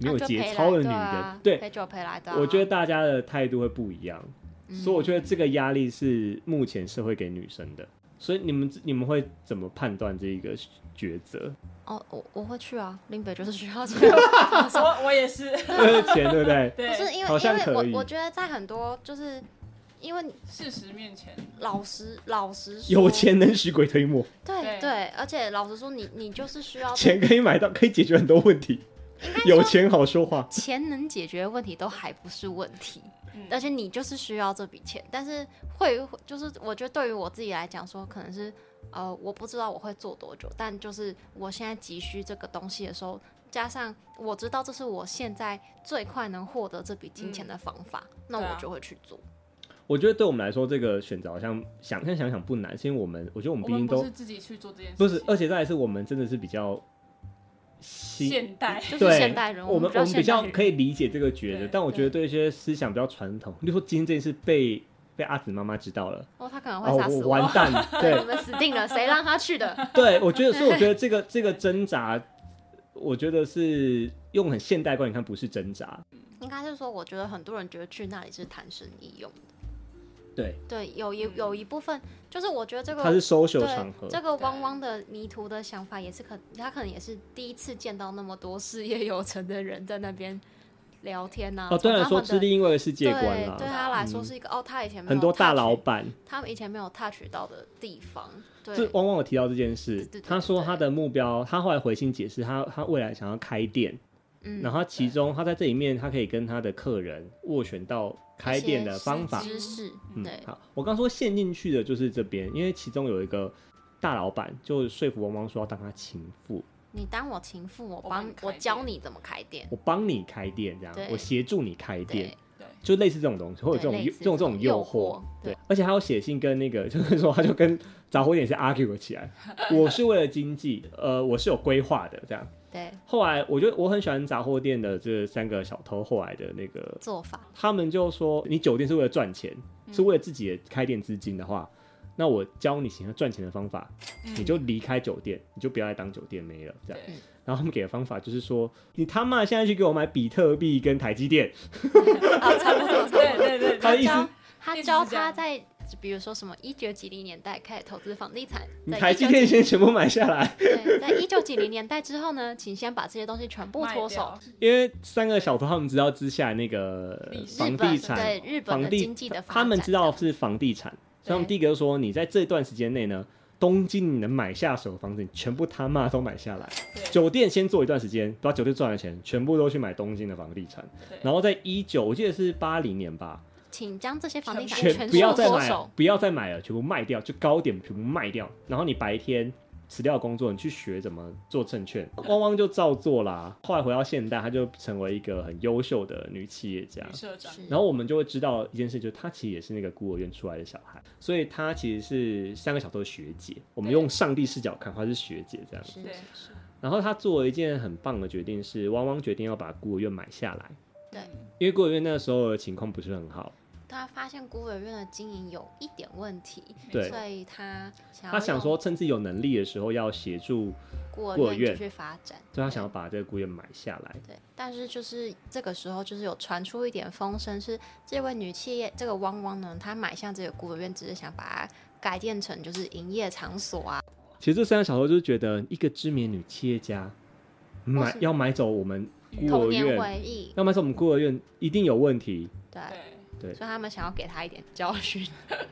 B: 没有
C: 啊那就
B: 节
C: 陪
B: 操的
C: 来
B: 女
C: 对
B: 人，
C: 啊
B: 对。
C: 陪酒陪来的啊。
B: 我觉得大家的态度会不一样，
C: 嗯，
B: 所以我觉得这个压力是目前社会给女生的。所以你们你们会怎么判断这一个抉择？
C: 哦，我我会去啊，林北就是需要去。啊 [LAUGHS]
D: 我我也是，
B: 钱对不 [LAUGHS] 对？
D: 对
C: 不，是因
B: 好
C: 为
B: 像
C: 因为
B: 可以
C: 我我觉得在很多就是因为
D: 事实面前，
C: 老实老实说
B: 有，钱能使鬼推磨，
C: 对
D: 对
C: 对，而且老实说你你就是需要
B: 钱可以买到，可以解决很多问题。有钱好哦说话。
C: 钱能解决的问题都还不是问题，
D: 嗯
C: 而且你就是需要这笔钱，但是会就是我觉得对于我自己来讲说，可能是呃我不知道我会做多久，但就是我现在急需这个东西的时候，加上我知道这是我现在最快能获得这笔金
B: 嗯
C: 钱的方法，那
D: 对啊
C: 我就会去做。
B: 我觉得对我们来说，这个选择好像想看想想不难，是因为我们我觉得我们
D: 我
B: 毕
D: 们
B: 竟
D: 不
B: 都
D: 是自己去做这件事情，
B: 不是，而且再来是我们真的是比较新。
D: 现代
C: 就是
B: 对，
C: 现代人
B: 我
C: 我
B: 们
C: 们
B: 我们比
C: 比较
B: 较
C: 现代人
B: 可以理解这个觉得，
D: 对
B: 但我觉得对一些思想比较传统，例如说今天这件事被被阿紫妈妈知道了，
C: 哦，他可能
B: 哦，
C: 会杀
B: 我
C: 死我，
B: 完
C: [LAUGHS]
B: 蛋，对 [LAUGHS]
C: 你，们死定了，谁让他去的？
B: 对，我觉得，所以我觉得这个 [LAUGHS] 这个挣扎，我觉得是用很现代观点看，不是挣扎。
C: 应该是说，我觉得很多人觉得去那里是谈生意用的。
B: 对，
C: 对，有一有一部分就是我觉得这个
B: 它是 social
C: 对
B: 场合，哦
C: 这个汪
D: 对
C: 汪的迷途的想法也是可，他可能也是第一次见到那么多事业有成的人在那边聊天呐、
B: 哦，对来
C: 从他
B: 说
C: 们的
B: 是另外一个世界观
C: 对，对
B: 啦，嗯
C: 他来说是一个、哦，他以前没有
B: 很多大
C: touch-
B: 老板。
C: 他们以前没有 touch 到的地方，对，
B: 这汪汪有提到这件事
C: 对对，对
B: 他说
C: 对
B: 他的目标，他后来回信解释，他他未来想要开店，
C: 嗯，
B: 然后他其中他在这里面，他可以跟他的客人斡旋到开店的方法
C: 一。些知识，
B: 嗯
C: 对，，
B: 好，我刚说陷进去的就是这边，因为其中有一个大老板就说服汪汪说要当他情妇，
C: 你当我情妇，我
D: 我帮
C: 帮
D: 你开
C: 我教
D: 店
C: 你怎么开店，
B: 我帮你开店，这样
C: 对
B: 我协助你开店
C: 对，，
D: 对，
B: 就类似这种东西，会有这种
C: 类
B: 诱
C: 似
B: 这种这
C: 这
B: 种
C: 种
B: 诱
C: 诱
B: 惑
C: 惑，
B: 对
C: 对，
B: 而且还有写信跟那个， [LAUGHS] 就是说他就跟杂货店也是 argue 了起来， [LAUGHS] 我是为了经济，呃，我是有规划的这样。
C: 对，
B: 后来我觉得我很喜欢杂货店的这三个小偷，后来的那个
C: 做
D: [LAUGHS]
C: 法，
B: 他们就说，你酒店是为了赚钱，
C: 嗯
B: 是为了自己的开店资金的话，那我教你行了赚钱的方法，
C: 嗯
B: 你就离开酒店，你就不要来当酒店妹了，这样
D: 对。
B: 然后他们给的方法就是说，你他妈现在去给我买比特币跟台积电。
D: 哦
C: 啊，差不多，差不 [LAUGHS] 多
D: 对对对，
B: 他的意
C: 教
B: 思，
C: 他
D: 一直
C: 教
D: 是这样
C: 他在比如说什么一九几零年代开始投资房地产，
B: 你
C: 在
B: 台
C: 19
B: 积电先全部买下来， [LAUGHS]
C: 对，在一九几零年代之后呢，请先把这些东西全部
D: 卖
C: 脱
D: 掉
C: 手。，
B: 因为三个小偷他们知道之下那个
D: 历史
B: 房
C: 日
B: 地
C: 本
B: 产，
C: 对日本
B: 房
C: 的
B: 地
C: 经济的发展，
B: 他们知道是房地产，所以他们
C: 对
B: 第一个就说，你在这段时间内呢，东京你能买下手的房子，你全部他妈都买下来。
D: 对
B: 酒店先做一段时间，把酒店赚的钱全部都去买东京的房地产，然
D: 后
B: 后在一九，我记得是八零年吧，
C: 请将这些房地产
D: 全
C: 全
B: 不要
C: 数
B: 再啊
C: 脱
B: 买了
C: 手，，
B: 不要再买了，全部卖掉，就高点全部卖掉。然后你白天辞掉工作，你去学怎么做证券。汪汪就照做啦。后来回到现代，她就成为一个很优秀的女企业家
D: 女。社长
C: 是
B: 然后我们就会知道一件事，就是她其实也是那个孤儿院出来的小孩，所以她其实是三个小偷的学姐。我们
D: 对
B: 用上帝视角看，她是学姐这样。
C: 是
D: 对
C: 是是
B: 然后她做了一件很棒的决定是，汪汪决定要把孤儿院买下来，
C: 对，
D: 嗯
B: 因为孤儿院那时候的情况不是很好。
C: 他发现孤儿院的经营有一点问题，
B: 对
C: 所以他想要
B: 她想说，趁自己有能力的时候要协助
C: 用孤
B: 孤儿
C: 儿
B: 院
C: 院继续发展，
B: 所以他想要把这个孤儿院买下来。
C: 对，但是就是这个时候，就是有传出一点风声，是这位女企业这个汪汪呢，她买下这个孤儿院，只是想把它改建成就是营业场所啊。
B: 其实这三个小偷就是觉得，一个知名女企业家买
C: 什么
B: 要买走我们孤
C: 童
B: 儿
C: 年
B: 院，
C: 回忆，
B: 要买走我们孤儿院一定有问题。
C: 对，
D: 对
B: 对
C: 所以他们想要给她一点教训。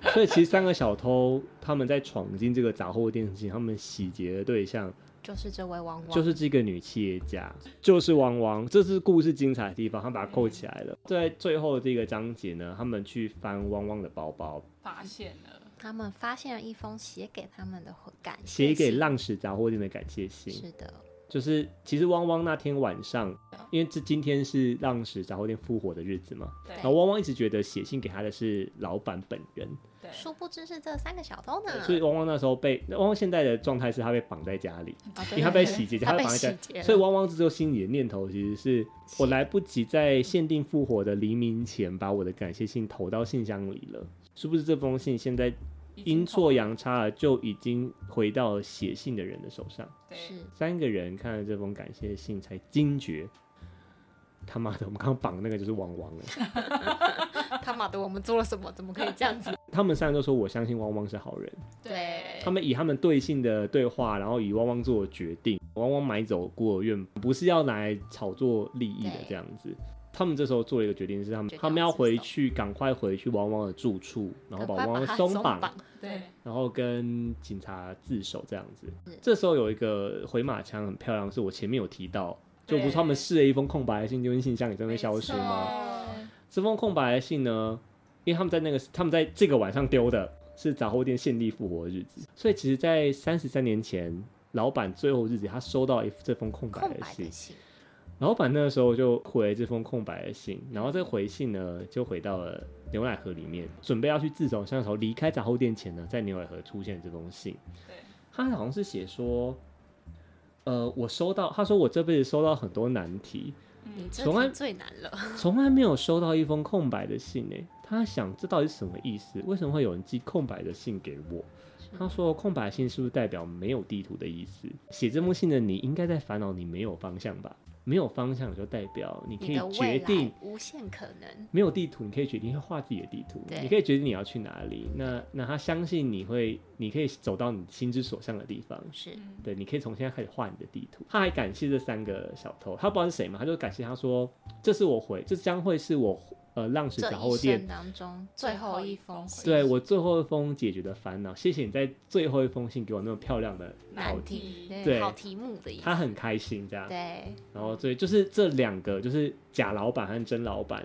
C: [LAUGHS]
B: 所以其实三个小偷他们在闯进这个杂货店之前，他们洗劫的对象
C: 就是这位汪汪，
B: 就是这个女企业家，就是汪汪。这是故事精彩的地方，他把它扣起来了。在最后这个章节呢，他们去翻汪汪的包包，
D: 发现了，
C: 他们发现了一封写给他们的感谢
B: 写
C: 信
B: 给浪矢杂货店的感谢信。
C: 是的，
B: 就是其实汪汪那天晚上，因为这今天是浪矢杂货店复活的日子嘛，
D: 对
B: 然后汪汪一直觉得写信给他的是老板本人，
D: 对，
C: 殊不知是这三个小偷呢，
B: 所以汪汪那时候被汪汪现在的状态是他被绑在家里，
C: 啊
B: 因
C: 对
B: 为他被洗劫，
C: 他
B: 被
C: 被
B: 绑在
C: 洗
B: 家
C: 劫
B: 里，
C: 了，
B: 所以汪汪这时候心里的念头其实是我来不及在限定复活的黎明前把我的感谢信投到信箱里了，是不是这封信现在
D: 已经
B: 阴错
D: 偷
B: 阳差了就已经回到了写信的人的手上？
D: 对
C: 是
B: 三个人看了这封感谢信，才惊觉，他妈的，我们刚刚绑的那个就是汪汪哎！
C: 他妈的，我们做了什么？怎么可以这样子？
B: 他们三个都说我相信汪汪是好人，
D: 对
B: 他们以他们对信的对话，然后以汪汪做决定，汪汪买走孤儿院不是要拿来炒作利益的
C: 对
B: 这样子。他们这时候做了一个决定，是他们
C: 决定要
B: 他们要
C: 自首
B: 回去，赶快回去汪汪的住处，然后把
C: 赶
B: 汪
C: 快
B: 汪
C: 他
B: 松
C: 松
B: 绑，
D: 对
C: 对，
B: 然后跟警察自首这样子
C: 是。
B: 这时候有一个回马枪很漂亮，是我前面有提到，就不是他们试了一封空白的信，丢进信箱里，真会消失
D: 是
B: 吗？
D: 吗
B: 这封空白的信呢，因为他们在那个他们在这个晚上丢的是杂货店献利复活的日子，所以其实，在三十三年前，老板最后日子他收到一这封空白
C: 空
B: 的
C: 白
B: 信
C: 的，信，
B: 老板那个时候就回这封空白的信，然后这回信呢就回到了牛奶盒里面，准备要去自从香草离开杂货店前呢，在牛奶盒出现这封信。
D: 对，
B: 他好像是写说，呃，我收到，他说我这辈子收到很多难题，
C: 你
D: 嗯，
C: 这
B: 从来
C: 题最难了，
B: 从来没有收到一封空白的信呢。欸他想这到底是什么意思？为什么会有人寄空白的信给我？他说空白信是不是代表没有地图的意思？写这封信的你应该在烦恼你没有方向吧？没有方向就代表你可
C: 你
B: 以
C: 的未
B: 决定
C: 来无限可能，
B: 没有地图，你可以决定要画自己的地图，
C: 对
B: 你可以决定你要去哪里。那那他相信你会，你可以走到你心之所向的地方。
C: 是
D: 嗯
B: 对，你可以从现在开始画你的地图。他还感谢这三个小偷，他不知道是谁嘛，他就感谢他说：“这是我回，这将会是我呃浪石
C: 这
B: 杂货
C: 一
B: 店
C: 生当中最后一封信，
B: 对我最后一封解决的烦恼。谢谢你在最后一封信给我那么漂亮的好
C: 难
B: 题。
C: 题，
B: 对
C: 对，好题目的意”
B: 他
C: 思，
B: 很开心这样，
C: 对，
B: 然后所以就是这两个就是假老板和真老板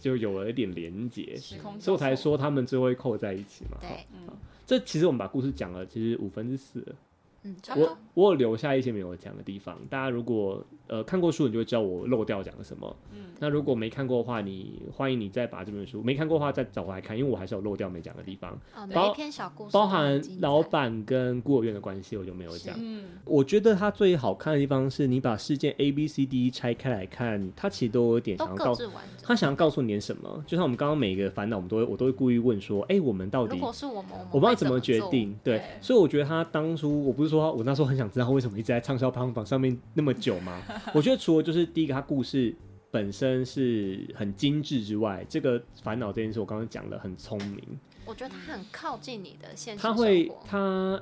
B: 就有了一点连结，
D: 时空交错，
B: 所以我才说他们最后会扣在一起嘛。
C: 对
B: 哈
D: 嗯，
B: 这其实我们把故事讲了，其实五分之四了。
C: 嗯，差不
B: 我
C: 多，
B: 我有留下一些没有讲的地方，大家如果呃看过书，你就会知道我漏掉讲了什么。
D: 嗯，
B: 那如果没看过的话，你欢迎你再把这本书没看过的话再找回来看，因为我还是有漏掉没讲的地方，
C: 哦，
B: 包
C: 每一篇小故事都
B: 包
C: 很
B: 含
C: 精彩
B: 老板跟孤儿院的关系，我就没有讲。
D: 嗯，
B: 我觉得它最好看的地方是你把事件 A、B、C、D E 拆开来看，它其实都有点
C: 都
B: 想要
C: 各
B: 告
C: 自完整。
B: 他想要告诉你点什么。就像我们刚刚每一个烦恼，我们都会我都会故意问说，哎、我们到底
C: 如果是我们，
B: 我不知道
C: 们
B: 怎
C: 哦么
B: 么决
C: 做，
B: 定，对
D: 对，
B: 所以我觉得他当初，我不是说我那时候很想知道他为什么一直在畅销排行榜上面那么久吗？ [LAUGHS] 我觉得除了就是第一个，他故事本身是很精致之外，这个烦恼这件事我刚刚讲了很聪明，
C: 我觉得他很靠近你的现实
B: 他
C: 生
B: 会
C: 活，
B: 他，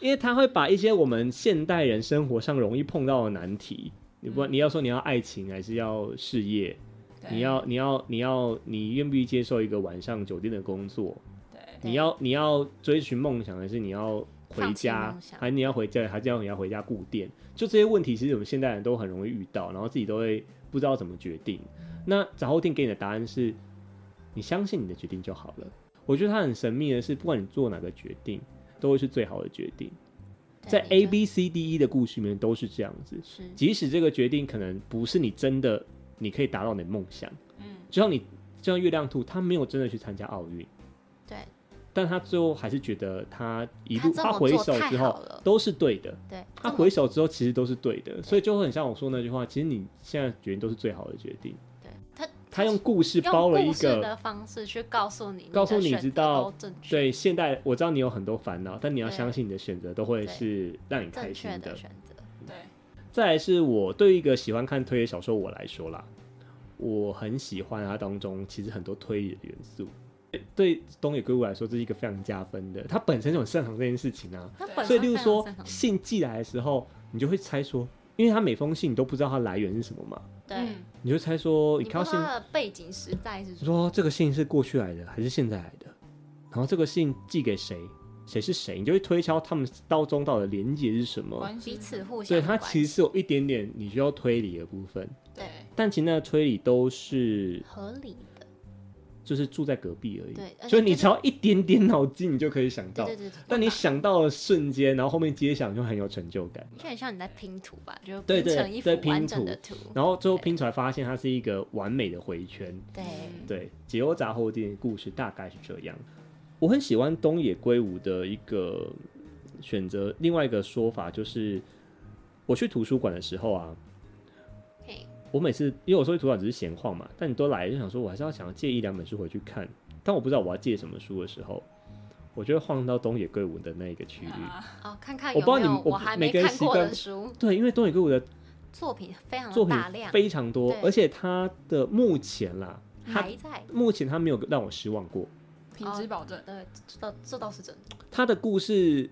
B: 因为他会把一些我们现代人生活上容易碰到的难题，你不你要说你要爱情还是要事业，
D: 对
B: 你要你要你要你愿不愿意接受一个晚上酒店的工作，
D: 对
C: 对
B: 你要你要追寻梦想，还是你要回
C: 放弃
B: 家
C: 梦，想
B: 还是你要回家，还是要你要回家顾店？就这些问题，其实我们现代人都很容易遇到，然后自己都会不知道怎么决定。
C: 嗯
B: 那杂货店给你的答案是，你相信你的决定就好了。我觉得它很神秘的是，不管你做哪个决定，都会是最好的决定。
C: 对
B: 在
C: 你
B: A、
C: 的
B: B、C、D、E 的故事里面都是这样子，
C: 是
B: 即使这个决定可能不是你真的你可以达到你的梦想，
D: 嗯，
B: 就像你就像月亮兔，他没有真的去参加奥运。
C: 对
B: 但他最后还是觉得他一路
C: 他这
B: 他
C: 么
B: 回
C: 做
B: 首
C: 太
B: 之
C: 好
B: 后
C: 了
B: 都是对的，
C: 对，
B: 他
C: 这么
B: 回首之后其实都是对的，所以就会很像我说那句话，其实你现在决定都是最好的决定。
C: 对他
B: 他用故事包了
C: 用
B: 一
C: 故事
B: 个
C: 的方式去告诉你，
B: 告诉
C: 的
B: 你
C: 选
B: 知
C: 择
B: 道
C: 都正确
B: 对现代，我知道你有很多烦恼，但你要
C: 对
B: 相信你的选择都会
C: 对
B: 是让你开
C: 正
B: 心
C: 确
B: 的
C: 的。选择，
D: 对，
B: 再来是我对于一个喜欢看推理小说我来说啦，我很喜欢它当中其实很多推理的元素。对对东野圭吾来说，这是一个非常加分的。他本身就很擅长这件事情啊，
C: 嗯他
D: 对
C: 本
B: 所以，
C: 身
B: 例如
C: 非常
B: 说嗯
C: 擅长
B: 信寄来的时候，你就会猜说，因为他每封信你都不知道它来源是什么嘛，
C: 对，
D: 嗯
B: 你就猜说，你
C: 你不
B: 看到
C: 知
B: 信
C: 道，他的背景时代是
B: 你
C: 什么，
B: 说这个信是过去来的还是现在来的，然后这个信寄给谁，谁是谁，你就会推敲他们到中道的连接是什么。
D: 关系
C: 彼此互相
B: 所以
C: 的
B: 它
C: 关
B: 其
C: 系，
B: 实是有一点点你需要推理的部分，
D: 对
B: 但其实那个推理都是
C: 合理的，
B: 就是住在隔壁而已，
C: 对而且
B: 所以你
C: 就是
B: 只要一点点脑筋，你就可以想
C: 对
B: 到
C: 对。对，对
B: 但你想到的瞬间，然后后面接想就很有成就感。
C: 就很像你在拼图吧，就
B: 对
C: 拼
B: 对
C: 成一幅
B: 对拼
C: 完整的
B: 图嗯
C: 图，
B: 然后最后拼出来发现它是一个完美的回圈。
C: 对，
D: 嗯
B: 对，解忧杂货店的故事大概是这样。我很喜欢东野圭吾的一个选择，另外一个说法就是，我去图书馆的时候啊，
C: 嘿，
B: 我每次因为我说去图书馆只是闲晃嘛，但你都来了就想说，我还是要想要借一两本书回去看，但我不知道我要借什么书的时候，我就会晃到东野圭吾的那一个区域。
D: 啊，
C: 哦，看看
B: 我
C: 有
B: 不知道
C: 没
B: 你
C: 有
B: 们我
C: 我还
B: 每
C: 没
B: 个人
C: 看
B: 习
C: 过
B: 惯
C: 的书
B: 对，因为东野圭吾的
C: 作品非常
B: 作品
C: 大量，
B: 非常多
C: 对，
B: 而且他的目前啊啦，他
C: 还在，
B: 目前他没有让我失望过。
D: 品
C: 哦
D: 质保证，
C: 对，这倒这倒是真的，
B: 他的故事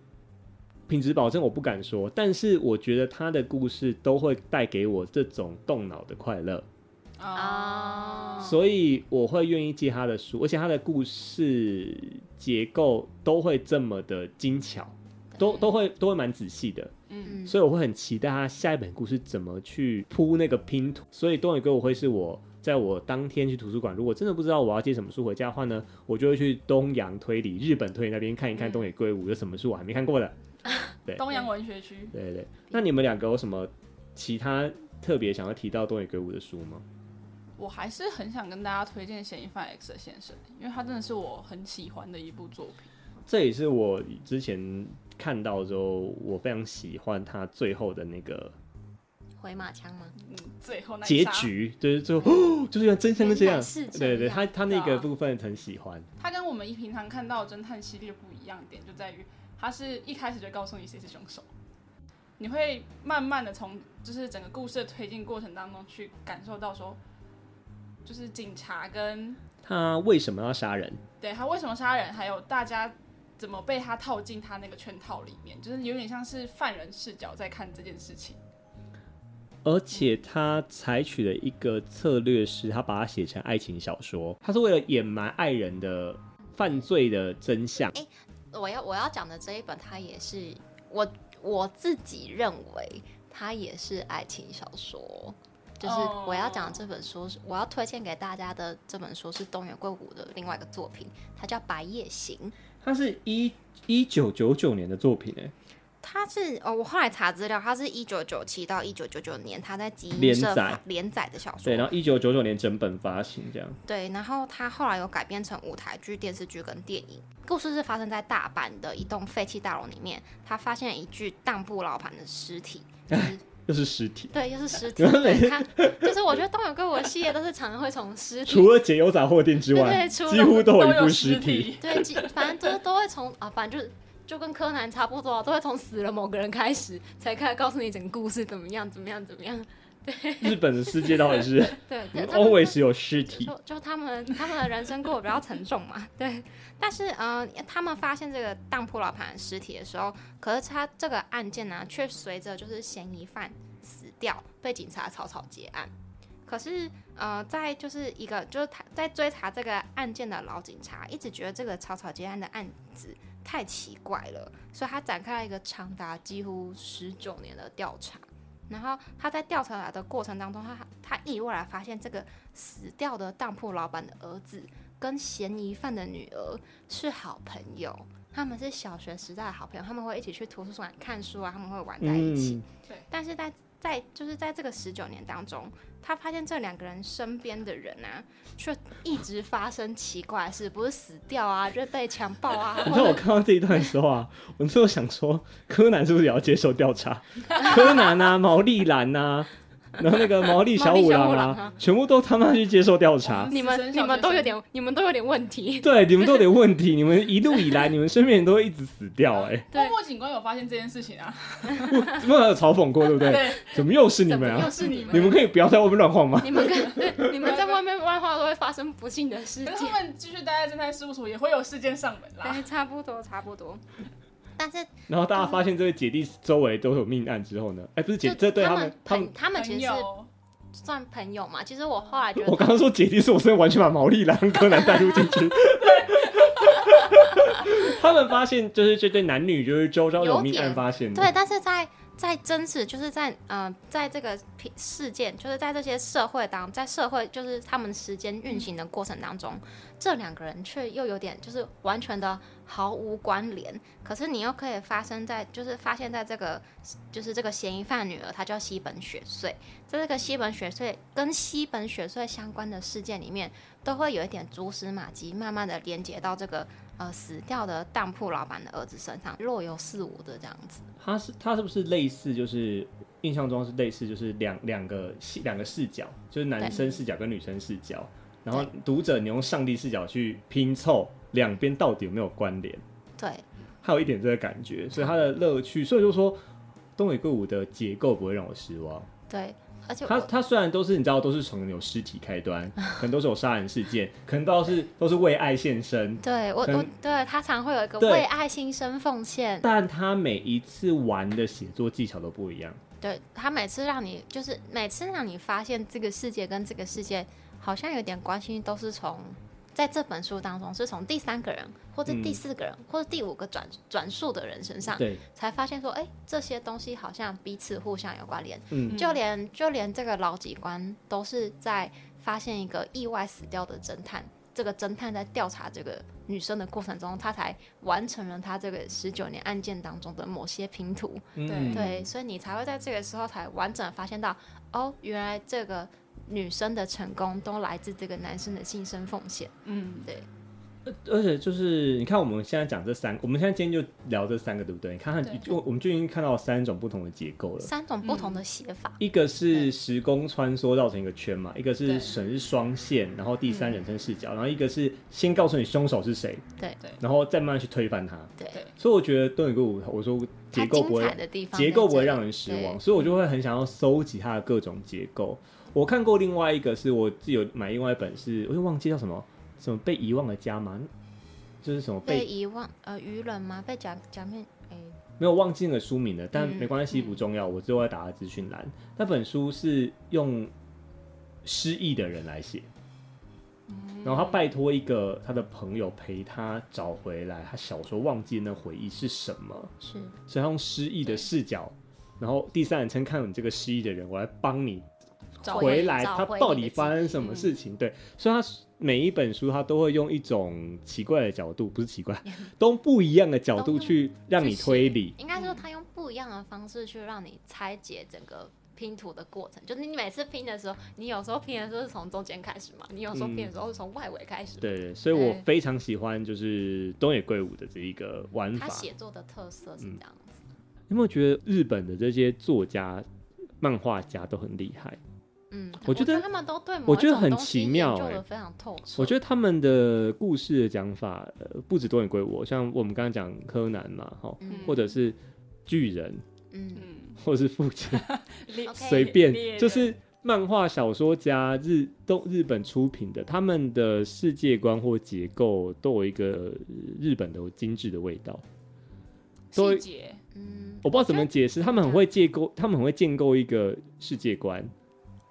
B: 品质保证我不敢说，但是我觉得他的故事都会带给我这种动脑的快乐，
C: 哦
D: 嗯
C: 啊
B: 所以我会愿意借他的书，而且他的故事结构都会这么的精巧，都都会都会蛮仔细的。
D: 嗯，
B: 所以我会很期待他下一本故事怎么去铺那个拼图。所以《东野圭吾会》是我在我当天去图书馆，如果真的不知道我要借什么书回家的话呢，我就会去东洋推理、日本推理那边看一看
D: 嗯
B: 东野圭吾有什么书我还没看过的。
D: 东洋文学区，
B: 对对对，那你们两个有什么其他特别想要提到东野圭吾的书吗？
D: 我还是很想跟大家推荐《嫌疑犯 X 的先生》，因为他真的是我很喜欢的一部作品。
B: 这也是我之前看到之后，我非常喜欢他最后的那个
C: 回马枪吗？
D: 嗯，最后那一
B: 结
D: 杀，
B: 局，就是最后哦， [GASPS] 就是原来真相是这
C: 原
B: 样
C: 来是。这
B: 对对，
C: 样
B: 他他那
D: 对
B: 个
D: 啊
B: 部分很喜欢。
D: 它跟我们一平常看到的侦探系列不一样的点，就在于它是一开始就告诉你谁是凶手，你会慢慢的从就是整个故事的推进过程当中去感受到说，就是警察跟
B: 他为什么要杀人？
D: 对他为什么杀人，还有大家怎么被他套进他那个圈套里面，就是有点像是犯人视角在看这件事情。
B: 而且他采取了一个策略是，他把它写成爱情小说，他是为了掩埋爱人的犯罪的真相。
C: 我要我要讲的这一本，它也是我我自己认为它也是爱情小说。就是
D: 哦
C: 我要讲的这本书是，我要推荐给大家的这本书是东野圭吾的另外一个作品，它叫《白夜行》。
B: 他是一一九九九年的作品，哎，
C: 它是哦，我后来查资料，它是一九九七到一九九九年，它在集英
B: 连
C: 社
B: 载
C: 发连载的小说。
B: 对，然后一九九九年整本发行这样。
C: 对，然后它后来有改编成舞台剧、电视剧跟电影。故事是发生在大阪的一栋废弃大楼里面，他发现了一具当铺老板的
B: [LAUGHS]
C: 尸体，就是
B: 又是尸体，
C: 对，又是尸体。对他，就是我觉得东野圭吾的系列都是常常会从尸体，
B: 除了解忧杂货店之外，
C: 对对除了
B: 几乎都有一
D: 有
B: 部尸体。，
C: 对，几反正就是都会从啊，反正就就跟柯南差不多啊，都会从死了某个人开始，才开始告诉你整个故事怎么样，怎么样，怎么样。
B: 日本的世界到底是
C: 对， [LAUGHS] 对他们
B: always 有尸体。
C: 就就他们他们的人生过得比较沉重嘛， [LAUGHS] 对。但是嗯、呃他们发现这个当铺老板的尸体的时候，可是他这个案件呢、却随着就是嫌疑犯死掉，被警察草草结案。可是呃，在就是一个就是他在追查这个案件的老警察，一直觉得这个草草结案的案子太奇怪了，所以他展开了一个长达几乎十九年的调查。然后他在调查的过程当中，他他意外地发现这个死掉的当铺老板的儿子跟嫌疑犯的女儿是好朋友，他们是小学时代的好朋友，他们会一起去图书馆看书啊，他们会玩在一起。
B: 嗯，
C: 但是在在就是在这个十九年当中，他发现这两个人身边的人啊，却一直发生奇怪的事，不是死掉啊，就是被强暴啊，
B: [LAUGHS] 你
C: 或
B: 知道我
C: 者
B: 看到这一段的时候
C: [LAUGHS]
B: 啊，我最后想说，柯南是不是也要接受调查？柯南啊，毛利兰啊，然后那个毛利小五郎
C: 毛利小五郎
B: 啊
C: 啊，
B: 全部都他妈去接受调查。
C: 你们你们都有点你们都有点问题。
B: 对，你们都有点问题，你们一路以来，你们身边人都会一直死掉、欸，
C: 对
D: 默默警官有发现这件事情啊，
B: 哎，不有嘲讽过，对不对？
D: 对，
B: 怎么又是你
C: 怎么
B: 们
C: 又
B: 啊？
C: 是你们？
B: 你们可以不要在外面乱晃吗？
C: 你们
B: [LAUGHS]
C: 跟对你们在外面乱话都会发生不幸的事
D: 可是
C: 情
D: 他。们继续待在侦探事务所也会有事件上门啦。
C: [LAUGHS] 对，差不多差不多。但是
B: 然后大家发现这位姐弟周围都有命案之后呢，哎、不是姐，
C: 就
B: 这对他们
C: 们，
B: 他们
C: 朋，他们其
D: 朋
C: 实
D: 友，
C: 是算朋友嘛。其实我后来觉
B: 我
C: 得，
B: 刚刚说姐弟是我真的完全把毛利兰跟柯南带入进去。 [LAUGHS] 他们发现，就是这对男女，就是周遭有命案发现的。
C: 对，但是在在真实，就是在呃，在这个平事件，就是在这些社会当，在社会就是他们时间运行的过程当中，这两个人却又有点就是完全的毫无关联。可是你又可以发生在，就是发现在这个就是这个嫌疑犯女儿，她叫西本雪穗，在这个西本雪穗跟西本雪穗相关的事件里面，都会有一点蛛丝马迹，慢慢的连接到这个呃死掉的当铺老板的儿子身上，若有似无的这样子。
B: 他是他是不是类似？就是印象中是类似，就是两两个戏两个视角，就是男生视角跟女生视角。然后读者你用上帝视角去拼凑两边到底有没有关联，
C: 对，
B: 还有一点这个感觉，所以它的乐趣，所以就说东野圭吾的结构不会让我失望。
C: 对，而且
B: 他
C: 我
B: 他虽然都是你知道都是从有尸体开
C: [LAUGHS]
B: 端，可能都是有杀人事件，可能都是都是为爱献身，
C: 对我
B: 可能
C: 我对他常会有一个
B: 对
C: 为爱心生奉献，
B: 但他每一次玩的写作技巧都不一样。
C: 对他每次让你就是每次让你发现这个世界跟这个世界好像有点关系，都是从在这本书当中是从第三个人或者第四个人、或者第五个转转述的人身上，
B: 嗯对，
C: 才发现说，哎，这些东西好像彼此互相有关联。
B: 嗯
C: 就连就连这个老警官都是在发现一个意外死掉的侦探，这个侦探在调查这个女生的过程中，他才完成了他这个十九年案件当中的某些拼图。
B: 嗯
C: 对，所以你才会在这个时候才完整地发现到，哦，原来这个女生的成功都来自这个男生的牺牲奉献。
D: 嗯，
C: 对，
B: 呃而且就是你看，我们现在讲这三，我们现在今天就聊这三个，对不对？你看
D: 对
B: 看，就我们就已经看到三种不同的结构了。
C: 三种不
B: 嗯
C: 同的写法，
B: 一个是时空穿梭绕成一个圈嘛，一个是
D: 对
B: 绳是双线，然后第三人称视角，然后一个是先告诉你凶手是谁，
C: 嗯对
D: 对
B: 然后再慢慢去推翻他。
C: 对
D: 对，
B: 所以我觉得《东野圭吾》，我说结
C: 它
B: 构不
C: 精
B: 会
C: 彩的地方在这
B: 结
C: 里，
B: 构不会让人失望，
C: 对
B: 所以我就会很想要搜集它的各种结构。我看过另外一个是我自己有买另外一本是，我就忘记叫什么什么被遗忘的家嘛，就是什么
C: 被
B: 被
C: 遗忘呃愚人吗？被假假面哎、
B: 没有忘记那个书名了，但
C: 嗯
B: 没关系，
C: 嗯
B: 不重要，我之后会打在资讯栏。那本书是用失忆的人来写，
C: 嗯
B: 然后他拜托一个他的朋友陪他找回来他小时候忘记那回忆是什么，
C: 是
B: 所以他用失忆的视角，然后第三人称看你这个失忆的人，我来帮你
D: 找
B: 回来，
C: 找
B: 他
C: 回
B: 到
C: 你
B: 底
C: 的
B: 发
C: 记
B: 生
C: 忆
B: 什么
C: 嗯
B: 事情？对，所以他每一本书他都会用一种奇怪的角度，不是奇
C: [LAUGHS]
B: 怪，都不一样的角
C: 都
B: 度
C: 用
B: 去让你推理。
C: 应该说他用不一样的方式去让你拆解整个。拼图的过程，就是你每次拼的时候，你有时候拼的时候是从中间开始嘛，你有时候拼的时候是从外围开始嘛。
B: 嗯对对，所以我
C: 对
B: 非常喜欢就是东野圭吾的这一个玩法嗯
C: 他。写作的特色是这样子，
B: 你有没有觉得日本的这些作家、漫画家都很厉害？
C: 嗯，
B: 我觉得
C: 他们都对某
B: 我
C: 一
B: 觉得
C: 种
B: 很
C: 东西
B: 奇
C: 研
B: 妙
C: 究
B: 欸
C: 的非常透彻。
B: 我觉得他们的故事的讲法，呃，不止东野圭吾，像我们刚刚讲柯南嘛，哈，
C: 嗯
B: 或者是巨人， [LAUGHS]
C: 嗯，
D: 嗯，
B: 或者是父亲，
C: [LAUGHS]
D: 猎
C: OK
B: 随便
D: 猎
B: 就是漫画小说家日东日本出品的，他们的世界观或结构都有一个呃日本的精致的味道。都
D: 细节，
C: 嗯，
B: 我不知道怎么
C: 觉得，
B: 解释，他们很会建构，他们很会建构一个世界观。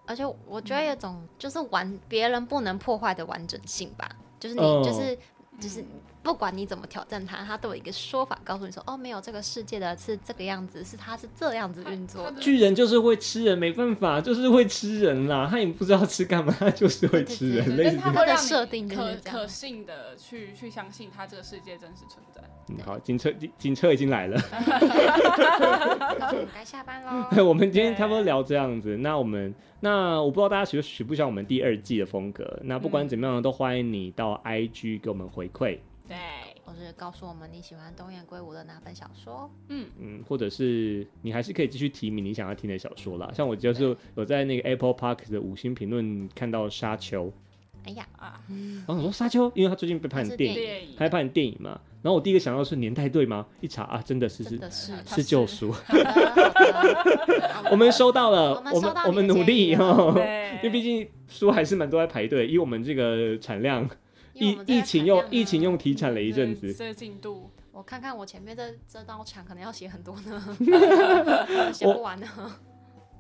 C: 而且我觉得有种就是完别人不能破坏的完整性吧，就是你
B: 哦
C: 就是就是不管你怎么挑战它，它都有一个说法告诉你说，哦，没有这个世界的是这个样子，是它是这样子运作
D: 它
C: 的。
D: 的
B: 巨人就是会吃人，没办法，就是会吃人啦。他也不知道吃干嘛，他就是会吃人，
C: 对
B: 类
D: 但
B: 似
D: 是
B: 这
D: 它
B: 样。
D: 会
C: 它的
D: 让你
C: 设定就是
D: 可
C: 这样
D: 可信的去去相信它这个世界真实存在。
B: 嗯，好，警车警警车已经来了。
C: 告诉我们该下班
B: [LAUGHS]
C: 喽。
B: 我们今天差不多聊这样子，那我们那我不知道大家喜不喜不喜欢我们第二季的风格。那不管怎么样，都欢迎你到 IG 给我们回馈，
D: 对，
C: 或是告诉 [LAUGHS] 我们你喜欢东野圭吾的哪本小说？
D: 嗯，
B: 嗯，或者是你还是可以继续提名你想要听的小说啦。像我就是有在那个 Apple Park 的五星评论看到《沙丘》，
C: 哎呀，
D: 啊，
B: 然后我说《沙丘》，因为他最近被拍成电
C: 它是
B: 影，
D: 电影
B: 他拍成电影嘛。然后我第一个想到是年代对吗？一查啊，真的是
C: 真
B: 是
C: 的 [LAUGHS] 是，
D: 它
B: 是救赎。
C: 好的好的好
B: 我们收到了，
C: 我
B: 我
C: 们收
B: 们
C: 到
B: 我们
C: 你的
B: 努
C: 建
B: 力
C: 议了
B: 哦，
D: 对
B: 因为毕竟书还是蛮多在排队，以我们这个产量。
C: 因为我
B: 疫
C: 们这
B: 疫
C: 个
B: 情
C: 产
B: 又
C: 量呢啊嗯
B: 疫情又停产了一阵
D: 这
B: 子，
D: 这个进度，
C: 我看看我前面这这道墙可能要写很多
B: [LAUGHS]
C: 呢，写不完呢，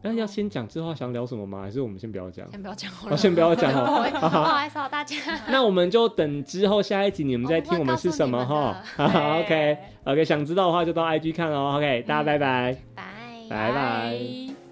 B: 那要先讲之后想聊什么吗？还是我们先不要讲？
C: 嗯先不要讲好
B: 啊，
C: 了。
B: 先不要讲
C: [LAUGHS] 不
B: 哦。
C: 好意思哦，大家。
B: 那我们就等之后下一集你们再
C: 哦
B: 听我们是什么哈。好好 OK OK，想知道的话就到 IG 看哦。OK，大家拜拜，
C: 嗯
B: 拜
C: 拜
B: 拜。
D: 拜